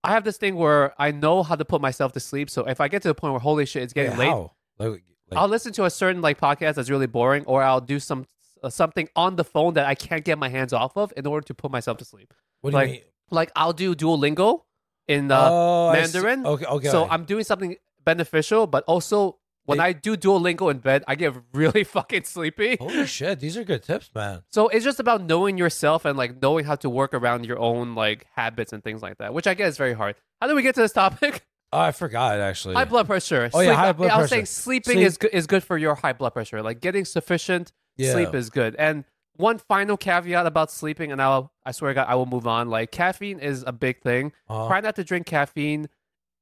I have this thing where I know how to put myself to sleep. So if I get to the point where holy shit, it's getting Wait, late, how? Like, like- I'll listen to a certain like podcast that's really boring, or I'll do some uh, something on the phone that I can't get my hands off of in order to put myself to sleep what do like, you mean? like I'll do Duolingo in uh, oh, I see. Mandarin. Okay, okay. so I'm doing something beneficial, but also when They- I do Duolingo in bed, I get really fucking sleepy. holy shit. These are good tips, man. So it's just about knowing yourself and like knowing how to work around your own like habits and things like that, which I get is very hard. How do we get to this topic? Oh, I forgot actually. High blood pressure. Oh, yeah, high I- blood I was saying pressure. sleeping Sleep- is good is good for your high blood pressure. Like getting sufficient Yeah. sleep is good. And one final caveat about sleeping, and I'll I swear to God I will move on. Like caffeine is a big thing. Uh-huh. try not to drink caffeine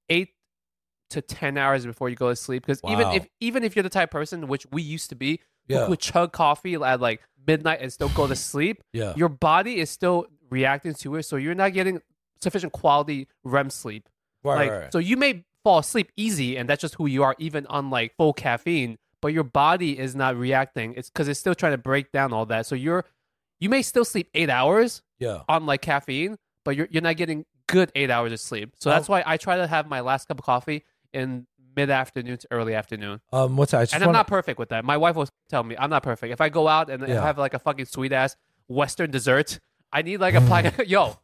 eight to ten hours before you go to sleep. Because even Wow. if even if you're the type of person which we used to be, Yeah. who would chug coffee at like midnight and still go to sleep, yeah. your body is still reacting to it, so you're not getting sufficient quality REM sleep. Right, like, right, right. so you may fall asleep easy, and that's just who you are, even on like full caffeine. But your body is not reacting. It's because it's still trying to break down all that. So you're you may still sleep eight hours, yeah. on like caffeine, but you're you're not getting good eight hours of sleep. So Oh. that's why I try to have my last cup of coffee in mid afternoon to early afternoon. Um, what's that? I just And I'm wanna- not perfect with that. My wife will tell me I'm not perfect. If I go out and I Yeah. Mm. have like a fucking sweet ass Western dessert, I need like a pie. yo,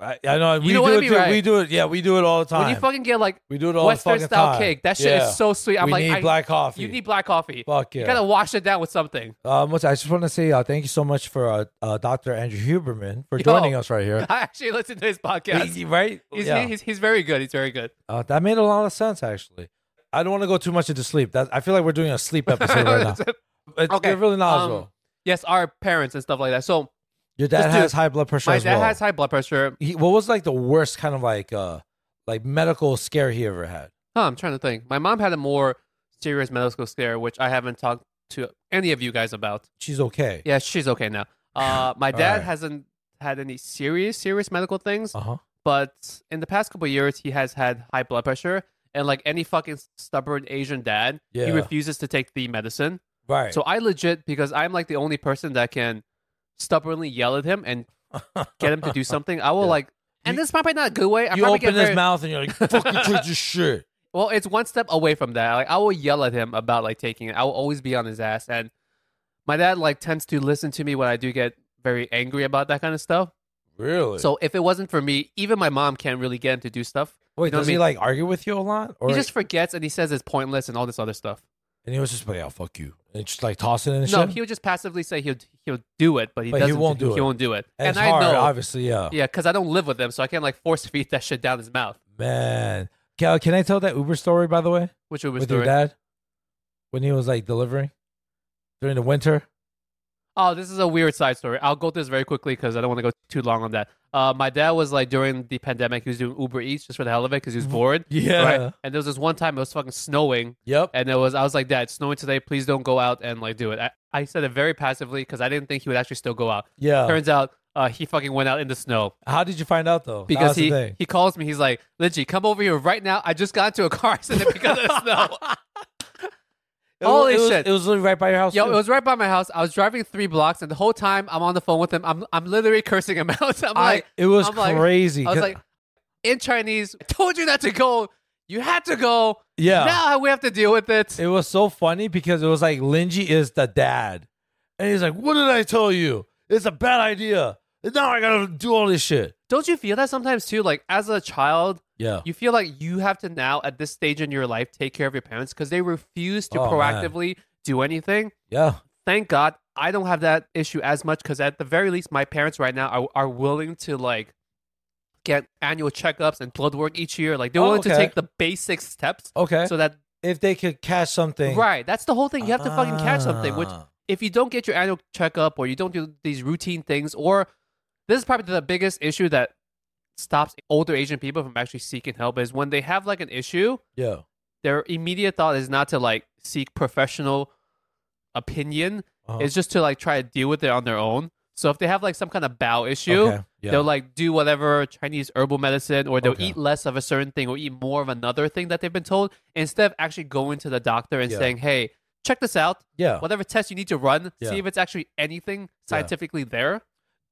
I, I know we know do what I it mean, too. right? We do it. Yeah, we do it all the time. When you fucking get like we do it all Western the fucking style time. cake, that shit Yeah. is so sweet. I'm we like, need I- black coffee. you need black coffee. Fuck You yeah. gotta wash it down with something. um, what's, I just want to say uh, thank you so much for uh, uh, Dr. Andrew Huberman for Yo. joining us right here. I actually listened to his podcast. He- right? He's, yeah. he's, he's very good. He's very good. uh, that made a lot of sense, actually. I don't want to go too much into sleep. That I feel like we're doing a sleep episode right now. Okay, It's okay. really knowledgeable. um, yes, our parents and stuff like that. So Your dad let's do- has high blood pressure my as dad well. has high blood pressure. he, what was like the worst kind of like uh like medical scare he ever had? Huh, I'm trying to think. My mom had a more serious medical scare, which I haven't talked to any of you guys about. She's okay. Yeah, she's okay now. Uh, my All dad right. hasn't had any serious, serious medical things, Uh huh. but in the past couple of years, he has had high blood pressure. And like any fucking stubborn Asian dad, Yeah. he refuses to take the medicine. Right. So I legit, because I'm like the only person that can stubbornly yell at him and get him to do something, I will Yeah. like, and You- this is probably not a good way. I you probably get open his very, mouth and you're like, "Fucking treat your shit." Well, it's one step away from that. Like I will yell at him about like taking it. I will always be on his ass, and my dad like tends to listen to me when I do get very angry about that kind of stuff. Really? So if it wasn't for me, even my mom can't really get him to do stuff. wait, you know what does I he mean? like argue with you a lot, or he just forgets and he says it's pointless and all this other stuff. and he was just like, "Oh fuck you," and just like tossing and No, shit. he would just passively say he'll he'll do it, but he But he doesn't. won't do he it. won't do it. and, it's I hard, know, obviously, yeah. yeah, because I don't live with him, so I can't like force feed that shit down his mouth. Man, can, uh, can I tell that Uber story by the way Which was with your dad when he was like delivering during the winter? Oh, this is a weird side story. I'll go through this very quickly because I don't want to go too long on that. Uh, my dad was like during the pandemic, he was doing Uber Eats just for the hell of it because he was bored. Mm, Yeah. Right? And there was this one time it was fucking snowing, Yep. and it was I was like, Dad, it's snowing today. Please don't go out and like do it. I, I said it very passively because I didn't think he would actually still go out. Yeah. Turns out uh, he fucking went out in the snow How did you find out though? That because was the he thing. he calls me. He's like, Lindsay, come over here right now. I just got into a car accident because of the snow. It was- Holy it was, shit. It was literally right by your house. Yo, too. it was right by my house. I was driving three blocks, and the whole time I'm on the phone with him, I'm I'm literally cursing him out. I'm I- like, it was I'm like- crazy. I was like, in Chinese, I told you not to go. You had to go. yeah, Now we have to deal with it. it was so funny because it was like Linji is the dad, and he's like, "What did I tell you? It's a bad idea. And now I gotta do all this shit." Don't you feel that sometimes too? Like as a child, Yeah, you feel like you have to now at this stage in your life take care of your parents because they refuse to Oh, man. proactively do anything. yeah, Thank God I don't have that issue as much because at the very least, my parents right now are are willing to like get annual checkups and blood work each year. Like they're Oh, willing to okay. take the basic steps okay. so that if they could catch something, right. That's the whole thing. You have to fucking catch something, which Ah. if you don't get your annual checkup or you don't do these routine things, or this is probably the biggest issue that stops older Asian people from actually seeking help is when they have like an issue, yeah, their immediate thought is not to like seek professional opinion. Uh-huh. It's just to like try to deal with it on their own. So if they have like some kind of bowel issue, Okay, yeah. they'll like do whatever Chinese herbal medicine or they'll Okay. eat less of a certain thing or eat more of another thing that they've been told instead of actually going to the doctor and Yeah. saying, "Hey, check this out. yeah. Whatever test you need to run, Yeah. see if it's actually anything scientifically there."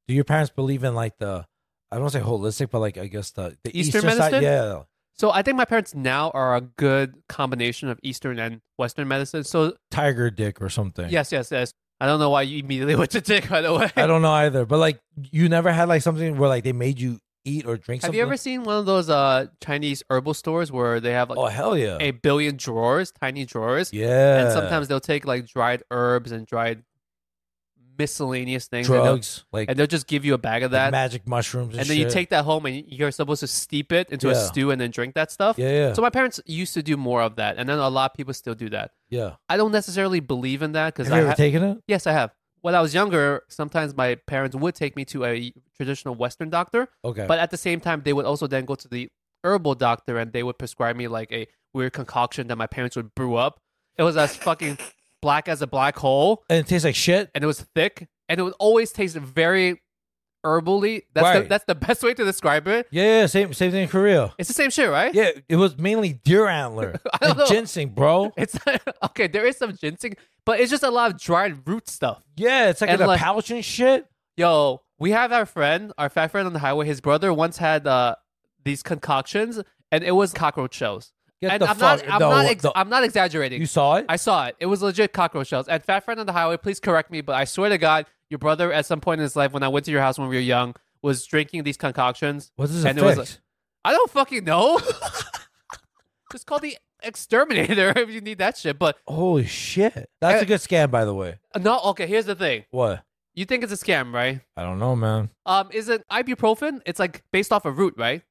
Do your parents believe in like the? I don't want to say holistic, but like I guess the, the Eastern side. medicine? Yeah, So I think my parents now are a good combination of Eastern and Western medicine. So tiger dick or something. yes, yes, yes. I don't know why you immediately went to dick right away. I don't know either, but like you never had like something where like they made you eat or drink. Have something? you ever seen one of those uh, Chinese herbal stores where they have like oh hell yeah! a billion drawers, tiny drawers, yeah, and sometimes they'll take like dried herbs and dried miscellaneous things, and they'll, drugs like and they'll just give you a bag of like that, magic mushrooms, and, and then you shit. take that home and you're supposed to steep it into a Yeah. stew and then drink that stuff. Yeah, yeah, So my parents used to do more of that, and then a lot of people still do that. yeah. I don't necessarily believe in that Have because you I ever ha- taken it? yes, I have. When I was younger, sometimes my parents would take me to a traditional Western doctor, Okay, but at the same time, they would also then go to the herbal doctor and they would prescribe me like a weird concoction that my parents would brew up. It was as fucking black as a black hole and it tastes like shit. and it was thick and it would always taste very herbally. That's, the, Right. that's the best way to describe it. Yeah, yeah, same same thing in Korea. It's the same shit, right? Yeah, it was mainly deer antler don't and know. ginseng, bro. It's okay. There is some ginseng, but it's just a lot of dried root stuff. Yeah, it's like And in like- a pouch and shit. Yo, we have our friend, our fat friend on the highway. His brother once had uh, these concoctions, and it was cockroach shells. Get and the I'm fuck. not, I'm, no, uh, not ex- no. I'm not exaggerating. you saw it? I saw it. It was legit cockroach shells. At Fat Friend on the Highway, please correct me, but I swear to God, your brother at some point in his life, when I went to your house when we were young, was drinking these concoctions. What's this And a it was fix? I don't fucking know. Just call the exterminator if you need that shit. But Holy shit! That's a good scam, by the way. no, okay. Here's the thing. What? You think it's a scam, right? I don't know, man. Um, is it ibuprofen? It's like based off a root, right?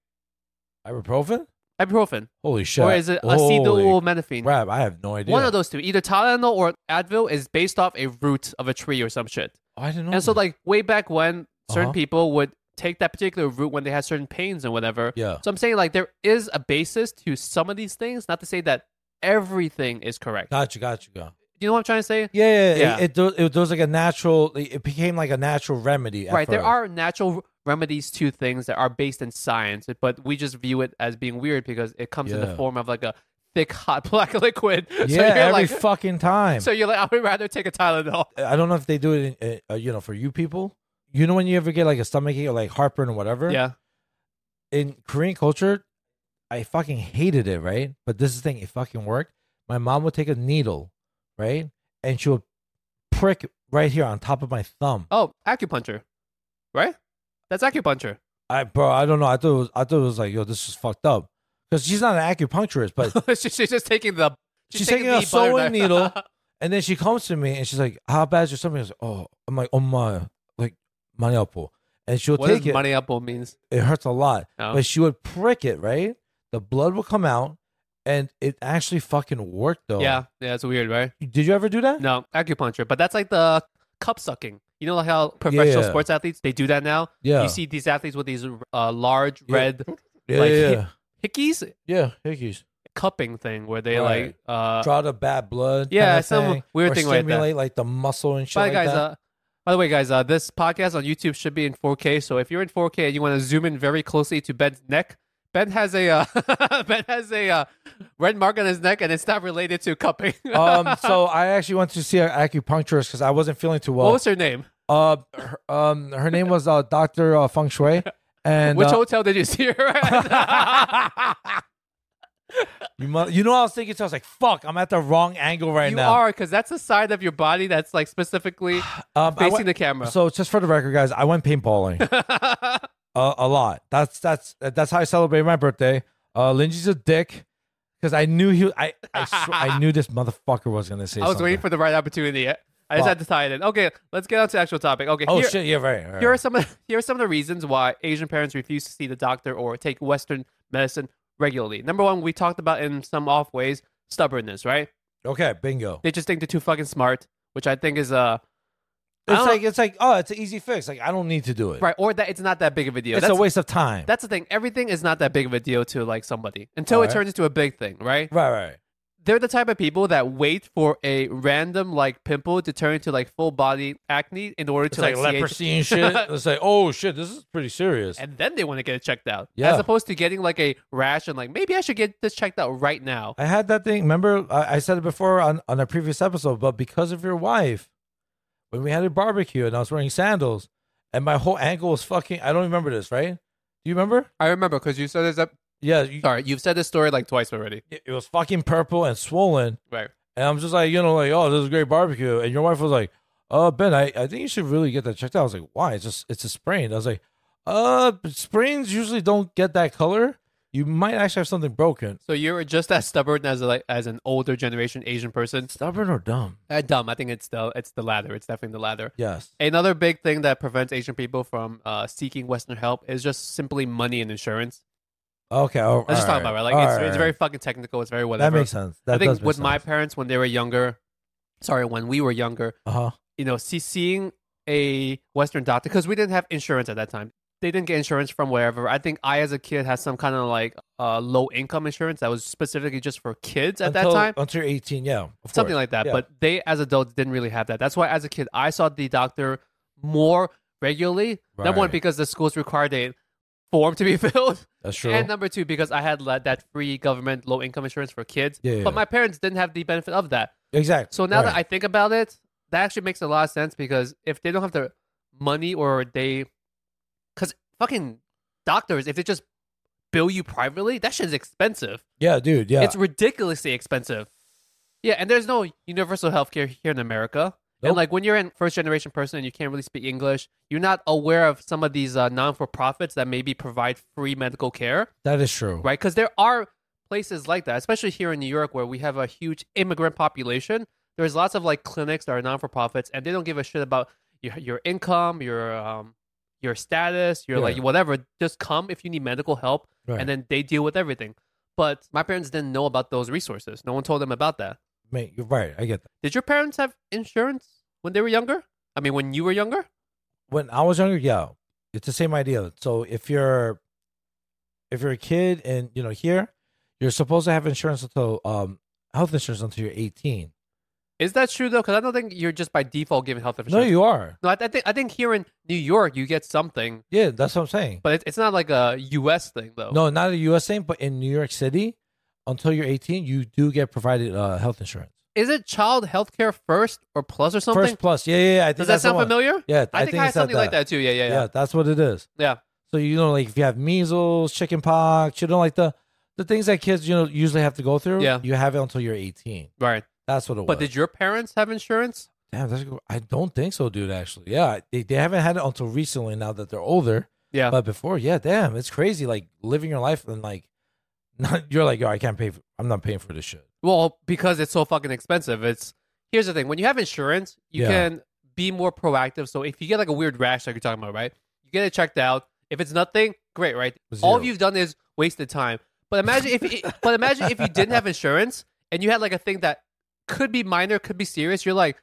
Ibuprofen? Ibuprofen, Holy shit! or is it Holy acetaminophen? crap? I have no idea. One of those two, either Tylenol or Advil, is based off a root of a tree or some shit. Oh, I didn't know. And so, that. like way back when, certain Uh-huh. people would take that particular root when they had certain pains and whatever. yeah. So I'm saying like there is a basis to some of these things. Not to say that everything is correct. Got you. Got you. Go. Do you know what I'm trying to say? Yeah, yeah. yeah. Yeah. It, it, do- it was like a natural. It became like a natural remedy. at right. There first. are natural remedies to things that are based in science, but we just view it as being weird because it comes in Yeah. the form of like a thick hot black liquid. Yeah, every like, fucking time. so you're like, I would rather take a Tylenol. I don't know if they do it, in, uh, uh, you know, for you people. You know when you ever get like a stomach ache or like heartburn or whatever. Yeah. In Korean culture, I fucking hated it, right? But this is the thing, it fucking worked. My mom would take a needle, right, and she would prick right here on top of my thumb. Oh, acupuncture, right? That's acupuncture. I bro, I don't know. I thought it was, I thought it was like, yo, this is fucked up. Because she's not an acupuncturist, but She- she's just taking the. She's taking a the butter sewing knife. needle. And then she comes to me and she's like, "How bad is your stomach?" I was like, "Oh, I'm like, oh my, like, maniapo," and she'll what take does it. money Oh. apple means? it hurts a lot, No. but she would prick it. Right, the blood will come out, and it actually fucking worked though. Yeah, yeah, it's weird, right? Did you ever do that? No, acupuncture, but that's like the cup sucking. You know, like how professional Yeah. sports athletes they do that now. Yeah. You see these athletes with these uh, large Yeah. red yeah, like, yeah, hit- hickeys yeah, hickeys. cupping thing where they Right. like uh. Draw the bad blood. Yeah, kinda some weird or thing like that. stimulate, like the muscle and shit. By Like the guys, that. uh, by the way, guys, uh, this podcast on YouTube should be in 4K. So if you're in 4K and you want to zoom in very closely to Ben's neck, Ben has a uh, Ben has a uh, red mark on his neck, and it's not related to cupping. um, so I actually went to see an acupuncturist because I wasn't feeling too well. what was her name? Uh, her, um, her name was uh, Doctor uh, Feng Shui, and Which uh, hotel did you see her at? you, mu- you know, what I was thinking, so I was like, "Fuck, I'm at the wrong angle right you now." are, because that's the side of your body that's like specifically um, I facing went- the camera. So, just for the record, guys, I went paintballing uh, a lot. That's that's that's how I celebrated my birthday. Uh, Lindsay's a dick because I knew he. I I, sw- I knew this motherfucker was gonna say. I was something. waiting for the right opportunity. I just had to tie it in. Okay, let's get on to the actual topic. Okay, Oh here, shit! Yeah, right. right. here are some of, here are some of the reasons why Asian parents refuse to see the doctor or take Western medicine regularly. Number one, we talked about in some off ways stubbornness, right? okay, bingo. They just think they're too fucking smart, which I think is uh I It's don't- like it's like oh, it's an easy fix. Like I don't need to do it. right, or that it's not that big of a deal. It's that's a waste of time. that's the thing. Everything is not that big of a deal to like somebody until Alright. it turns into a big thing, right? right, right. They're the type of people that wait for a random like pimple to turn into like full body acne in order It's to like, like, see it. leprosy and shit. It's like, oh shit, this is pretty serious. and then they want to get it checked out. Yeah. As opposed to getting like a rash and like maybe I should get this checked out right now. I had that thing. Remember, I, I said it before on, on a previous episode, but because of your wife, when we had a barbecue and I was wearing sandals and my whole ankle was fucking, I don't remember this, right? Do you remember? I remember because you said this. Up- Yeah, you, Sorry, you've said this story like twice already. it it was fucking purple and swollen. Right. And I'm just like, you know, like, oh, this is a great barbecue. And your wife was like, oh, Ben, I, I think you should really get that checked out. I was like, why? It's just, it's a sprain. I was like, uh, but sprains usually don't get that color. You might actually have something broken. So you're just as stubborn as like as an older generation Asian person. Stubborn or dumb? Uh, dumb. I think it's the it's the latter. It's definitely the latter. Yes. Another big thing that prevents Asian people from uh, seeking Western help is just simply money and insurance. Okay. all- Let's just all talk about it. right, Like all it's, right, it's all very right. fucking technical. It's very whatever. That makes sense. That I think does make with my sense. parents when they were younger, sorry, when we were younger, uh-huh. you know, see, seeing a Western doctor because we didn't have insurance at that time. They didn't get insurance from wherever. I think I, as a kid, had some kind of like uh, low income insurance that was specifically just for kids at Until- that time, until you're 18, yeah, of course. something like that. Yeah. But they, as adults, didn't really have that. That's why, as a kid, I saw the doctor more regularly. Number one, Right. because the schools required a form to be filled, that's true. and um, number two, because I had like, that free government low income insurance for kids. Yeah, yeah, But yeah. my parents didn't have the benefit of that. exactly. So now that I think about it, that actually makes a lot of sense because if they don't have the money or they, because fucking doctors, if they just bill you privately, that shit's expensive. yeah, dude, yeah, It's ridiculously expensive. Yeah, and there's no universal healthcare here in America. Nope. And like when you're a first generation person and you can't really speak English, you're not aware of some of these uh, non for profits that maybe provide free medical care, That is true. right? Because there are places like that, especially here in New York where we have a huge immigrant population. There's lots of like clinics that are non for profits and they don't give a shit about your, your income, your um, your status, your like Yeah. whatever. Just come if you need medical help Right. and then they deal with everything. But my parents didn't know about those resources. No one told them about that. Mate, you're right. I get that. Did your parents have insurance when they were younger? I mean, when you were younger? When I was younger, yeah, it's the same idea. So if you're if you're a kid and you know here, you're supposed to have insurance until um health insurance until you're 18. Is that true though? Because I don't think you're just by default given health No, insurance. you are. No, I, I think I think here in New York you get something, Yeah, that's what I'm saying. but oh. it, it's not like a U.S. thing though. No, not a U.S. thing, but in New York City, until you're 18, you do get provided uh, health insurance. Is it child health care first or plus or something? First plus, yeah, yeah, yeah. I think Does that that's the sound one. familiar? Yeah, I, think I had it's at something like that too. Yeah, yeah, Yeah. yeah, that's what it is. yeah. So you know, like if you have measles, chicken pox, you know, like the the things that kids you know usually have to go through. Yeah. you have it until you're 18. Right. That's what it was. But did your parents have insurance? Damn, that's a good- I don't think so, dude. Actually, yeah, they they haven't had it until recently. Now that they're older, Yeah. but before, yeah, damn, it's crazy. Like living your life and like, not, you're like, yo, I can't pay. For, I'm not paying for this shit. Well, because it's so fucking expensive. It's here's the thing: when you have insurance, you Yeah. can be more proactive. So if you get like a weird rash, like you're talking about, right? You get it checked out. If it's nothing, great, right? All Zero. you've done is wasted time. But imagine if, it, but imagine if you didn't have insurance and you had like a thing that could be minor, could be serious. You're like,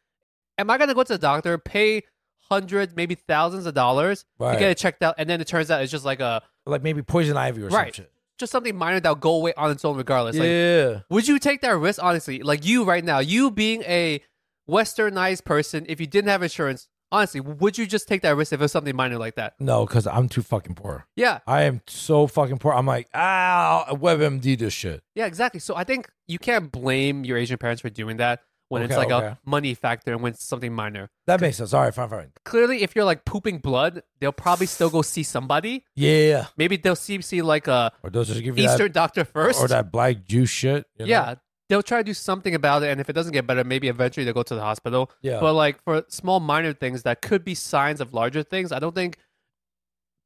am I gonna go to the doctor, pay hundreds, maybe thousands of dollars to Right. get it checked out, and then it turns out it's just like a Like maybe poison ivy or Right. some shit. just something minor that'll go away on its own regardless. Like, yeah. would you take that risk, honestly? Like you right now, you being a westernized person, if you didn't have insurance, honestly, would you just take that risk if it was something minor like that? No, because I'm too fucking poor. Yeah, I am so fucking poor. I'm like, ah, WebMD this shit. yeah, exactly. So I think you can't blame your Asian parents for doing that when it's Okay, like okay. a money factor and when it's something minor. That makes sense. All right, fine, fine. Clearly, if you're like pooping blood, they'll probably still go see somebody. Yeah. Maybe they'll see see like a Or they'll just give you Eastern doctor that, first. or that black juice shit. you know? Yeah, they'll try to do something about it, and if it doesn't get better, maybe eventually they'll go to the hospital. Yeah. But like for small minor things that could be signs of larger things, I don't think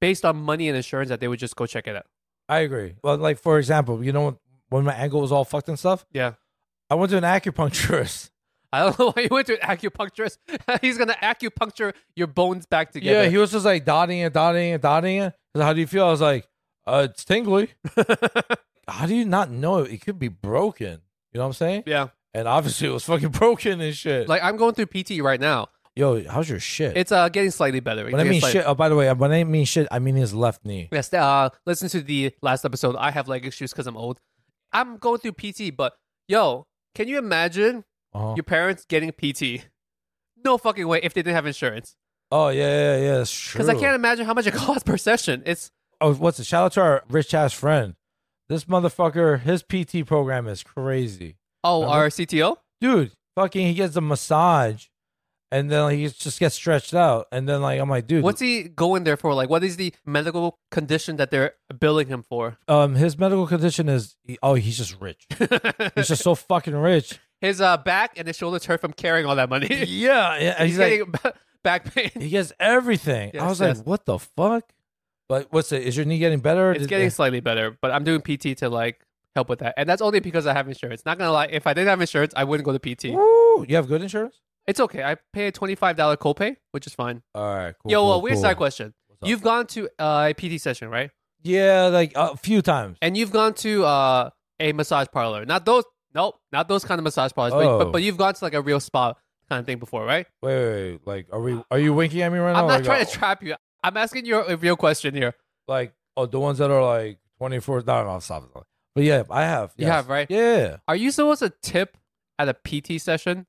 based on money and insurance that they would just go check it out. I agree. Well, like for example, you know when my ankle was all fucked and stuff, Yeah. I went to an acupuncturist. I don't know why you went to an acupuncturist. He's gonna acupuncture your bones back together. Yeah, he was just like dotting it, dotting it, dotting it. He's like, How do you feel? I was like, uh, it's tingly. How do you not know it? It could be broken. You know what I'm saying? yeah. And obviously it was fucking broken and shit. Like I'm going through PT right now. yo, how's your shit? It's uh getting slightly better. when I Getting mean slight- shit, oh by the way, when I mean shit, I mean his left knee. Yes, uh, listen to the last episode. I have leg issues because I'm old. I'm going through PT, but yo, can you imagine Uh-huh. your parents getting PT. No fucking way if they didn't have insurance. Oh yeah, yeah, yeah, that's true. Because I can't imagine how much it costs per session. It's Oh, what's it? Shout out to our rich ass friend. This motherfucker, his PT program is crazy, oh, Remember? our CTO? dude. Fucking, he gets a massage, and then like, he just gets stretched out, and then like I'm like, dude, What's he going there for? Like what is the medical condition that they're billing him for? um his medical condition is he- oh he's just rich. he's just so fucking rich. His uh, back and his shoulders hurt from carrying all that money. Yeah, yeah. and He's He's like getting ba- back pain. he gets everything. I Yes, was yes. like, what the fuck? But what's it? Is your knee getting better? It's Did- getting slightly better, but I'm doing PT to like help with that. And that's only because I have insurance. Not gonna lie, if I didn't have insurance, I wouldn't go to PT. Woo! You have good insurance. It's okay. I pay a twenty five dollar copay, which is fine. All right. Cool, Yo, cool, uh, weird cool. side question. up? You've gone to uh, a PT session, right? Yeah, like a few times. and you've gone to uh, a massage parlor. Not those. Nope, not those kind of massage parlors. But, but Oh. but you've gone to like a real spa kind of thing before, right? Wait, wait, wait, like, are we? Are you winking at me right now? I'm not Like, trying uh, to trap you. I'm asking you a real question here. Like, oh, the ones that are like 24. No, no, stop it. But yeah, I have. You yes. have, right? Yeah. Are you supposed to tip at a PT session?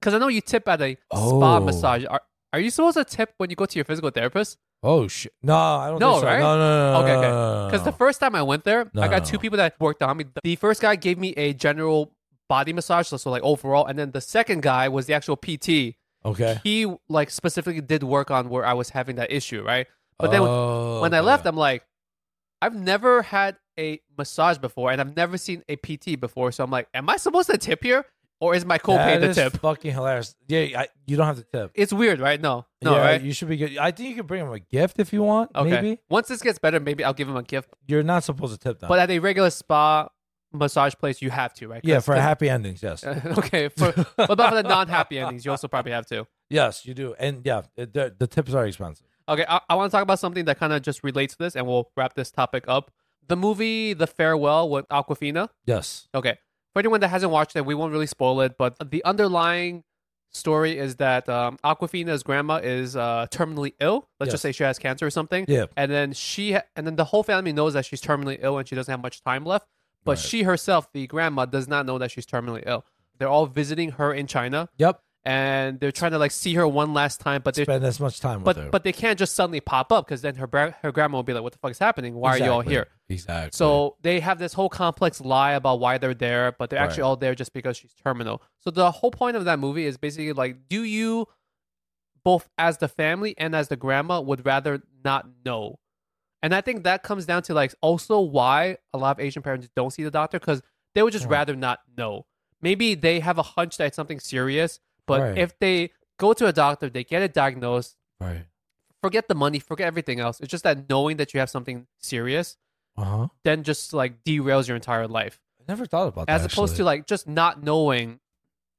Because I know you tip at a spa Oh. massage. Are are you supposed to tip when you go to your physical therapist? Oh shit. No, I don't. No, think so. right? No, no, no. Okay, no, okay. no, no, Because no. the first time I went there, No, I got no, two no. people that worked on me. The first guy gave me a general body massage, so, so like overall, and then the second guy was the actual PT. okay. he like specifically did work on where I was having that issue, right? But then when- Oh, when I left, okay. I'm like, I've never had a massage before, and I've never seen a PT before, so I'm like, am I supposed to tip here, or is my copay That the is tip? Fucking hilarious. Yeah, I, you don't have to tip. It's weird, right? No, no, yeah, right? You should be good. I think you can bring him a gift if you want. okay. Maybe Once this gets better, maybe I'll give him a gift. you're not supposed to tip them. But uh, at a regular spa massage place, you have to, right? yeah, 'Cause- for 'cause- happy endings, yes, okay. For, what about for the non-happy endings? You also probably have to. yes, you do. And yeah, it, the, the tips are expensive. Okay, I, I want to talk about something that kind of just relates to this, and we'll wrap this topic up. The movie The Farewell with Aquafina. Yes, Okay. For anyone that hasn't watched it, we won't really spoil it, but the underlying story is that um, Aquafina's grandma is uh, terminally ill. Let's just Yes. say she has cancer or something. yeah, And then she ha- and then the whole family knows that she's terminally ill and she doesn't have much time left, but Right. she herself, the grandma, does not know that she's terminally ill. They're all visiting her in China yep. and they're trying to like see her one last time, but they're Spend as much time with but her. but they can't just suddenly pop up because then her bra- her grandma will be like, "What the fuck is happening? Why are you all Exactly. here?" Exactly. So they have this whole complex lie about why they're there, but they're actually Right. all there just because she's terminal. So the whole point of that movie is basically like, do you both as the family and as the grandma would rather not know? And I think that comes down to like also why a lot of Asian parents don't see the doctor because they would just Right. rather not know. Maybe they have a hunch that it's something serious, but Right. if they go to a doctor, they get it diagnosed, right. forget the money, forget everything else. It's just that knowing that you have something serious Uh huh. then just like derails your entire life. I never thought about that. As opposed to actually. like just not knowing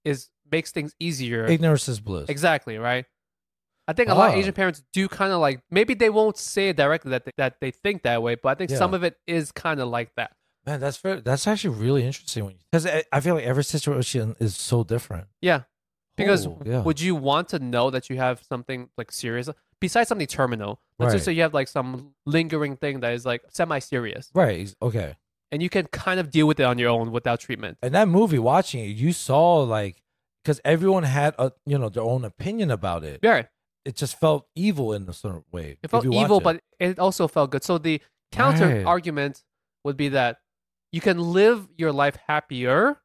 is makes things easier. ignorance is bliss. Exactly, right? I think a lot of Ah. Asian parents do kind of like maybe they won't say it directly that they, that they think that way, but I think Yeah. some of it is kind of like that. Man, that's fair. That's actually really interesting when because I, I feel like every situation is so different. Yeah. Because Oh, yeah. would you want to know that you have something like serious besides something terminal? Let's just Right. say you have like some lingering thing that is like semi-serious right? ex- Okay. and you can kind of deal with it on your own without treatment. And that movie, watching it, you saw like because everyone had a you know their own opinion about it. Yeah. It just felt evil in a certain way. It if felt you watch evil, it. but it also felt good. So the counter Right. argument would be that you can live your life happier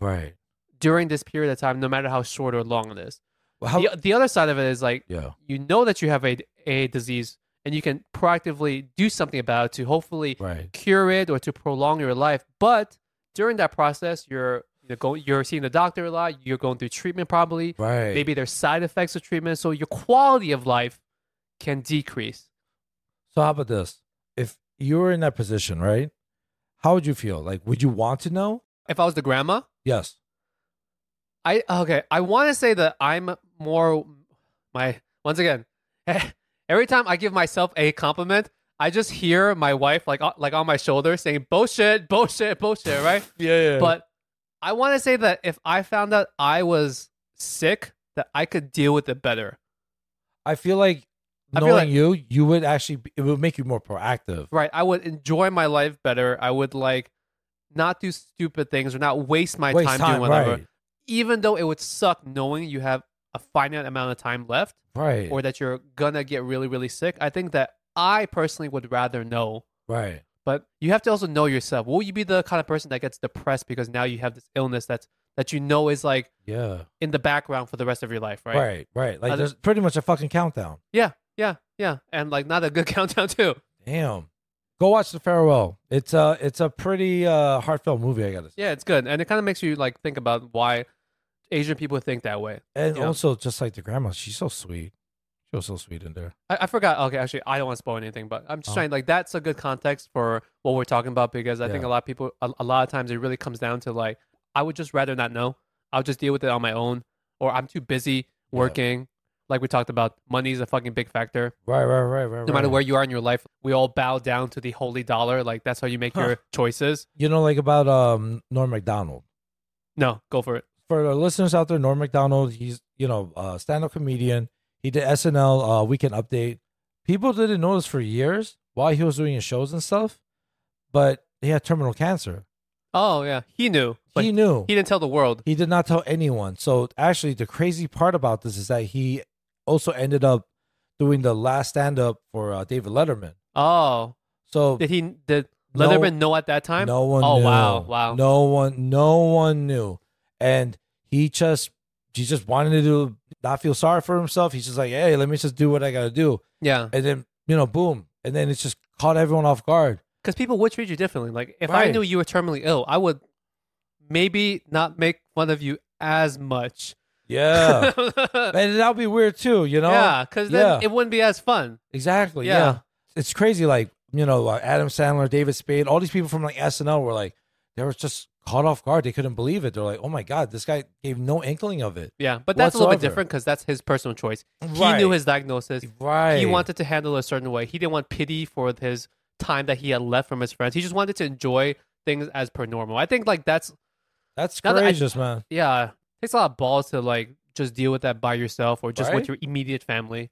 right. during this period of time, no matter how short or long it is. Well, how, The, the other side of it is like yeah. you know that you have a, a disease and you can proactively do something about it to hopefully Right. cure it or to prolong your life. But during that process, you're you're, going, you're seeing the doctor a lot, you're going through treatment probably. Right. Maybe there's side effects of treatment, so your quality of life can decrease. So how about this? If you were in that position, right? How would you feel? Like, would you want to know? If I was the grandma, Yes. I okay. I want to say that I'm more my once again. Every time I give myself a compliment, I just hear my wife like o- like on my shoulder saying bullshit, bullshit, bullshit, right? Yeah. But I want to say that if I found out I was sick, that I could deal with it better. I feel like I feel like- knowing you, you would actually be, it would make you more proactive. Right? I would enjoy my life better. I would like not do stupid things or not waste my Waste time, doing whatever. Even though it would suck knowing you have a finite amount of time left. Right. or that you're gonna get really really sick i think that i personally would rather know right. but you have to also know yourself will you be the kind of person that gets depressed because now you have this illness that's that you know is like Yeah. in the background for the rest of your life right, Right. Right. Like Other- there's pretty much a fucking countdown. yeah yeah yeah and like not a good countdown too Damn. Go watch The Farewell. It's a it's a pretty uh, heartfelt movie. I gotta say, yeah it's good and it kind of makes you like think about why asian people think that way and Yeah. also just like the grandma, she's so sweet. She was so sweet in there. I, I forgot. Okay, actually, I don't want to spoil anything, but I'm just Oh. trying like that's a good context for what we're talking about because I think Yeah. a lot of people, a, a lot of times, it really comes down to like I would just rather not know. I'll just deal with it on my own, or I'm too busy Yeah. working. Like we talked about, money is a fucking big factor. Right. Right. Right. Right. No matter right. where you are in your life, we all bow down to the holy dollar. Like that's how you make Huh. your choices. you know, like about um Norm Macdonald. No, go for it. for the listeners out there, Norm Macdonald, he's you know a stand-up comedian. He did SNL uh, Weekend Update. People didn't notice for years while he was doing his shows and stuff, but he had terminal cancer. Oh yeah, he knew, but he he, knew. He, didn't tell the world. did not tell anyone. So actually, the crazy part about this is that he also ended up doing the last stand-up for uh, David Letterman. Oh, So did he? Did No- Letterman know at that time? No one. Oh knew. wow, wow. No one. No one knew, and he just he just wanted to not feel sorry for himself. He's just like, hey, let me just do what I got to do, Yeah, and then you know, boom, and then it's just caught everyone off guard. because people would treat you differently. Like if I Right. knew you were terminally ill, I would maybe not make fun of you as much. Yeah. yeah, and that'll be weird too, you know? because then Yeah. it wouldn't be as fun. Exactly. Yeah. Yeah. It's crazy. Like, you know, like Adam Sandler, David Spade, all these people from like SNL were like, they were just caught off guard. They couldn't believe it. They're like, oh my God, this guy gave no inkling of it. Yeah, but that's a little bit Whatsoever. different because that's his personal choice. He knew Right. his diagnosis. Right. He wanted to handle it a certain way. He didn't want pity for his time that he had left from his friends. He just wanted to enjoy things as per normal. I think like that's That's Now that I- courageous, man. yeah, it takes a lot of balls to like just deal with that by yourself or just Right? with your immediate family.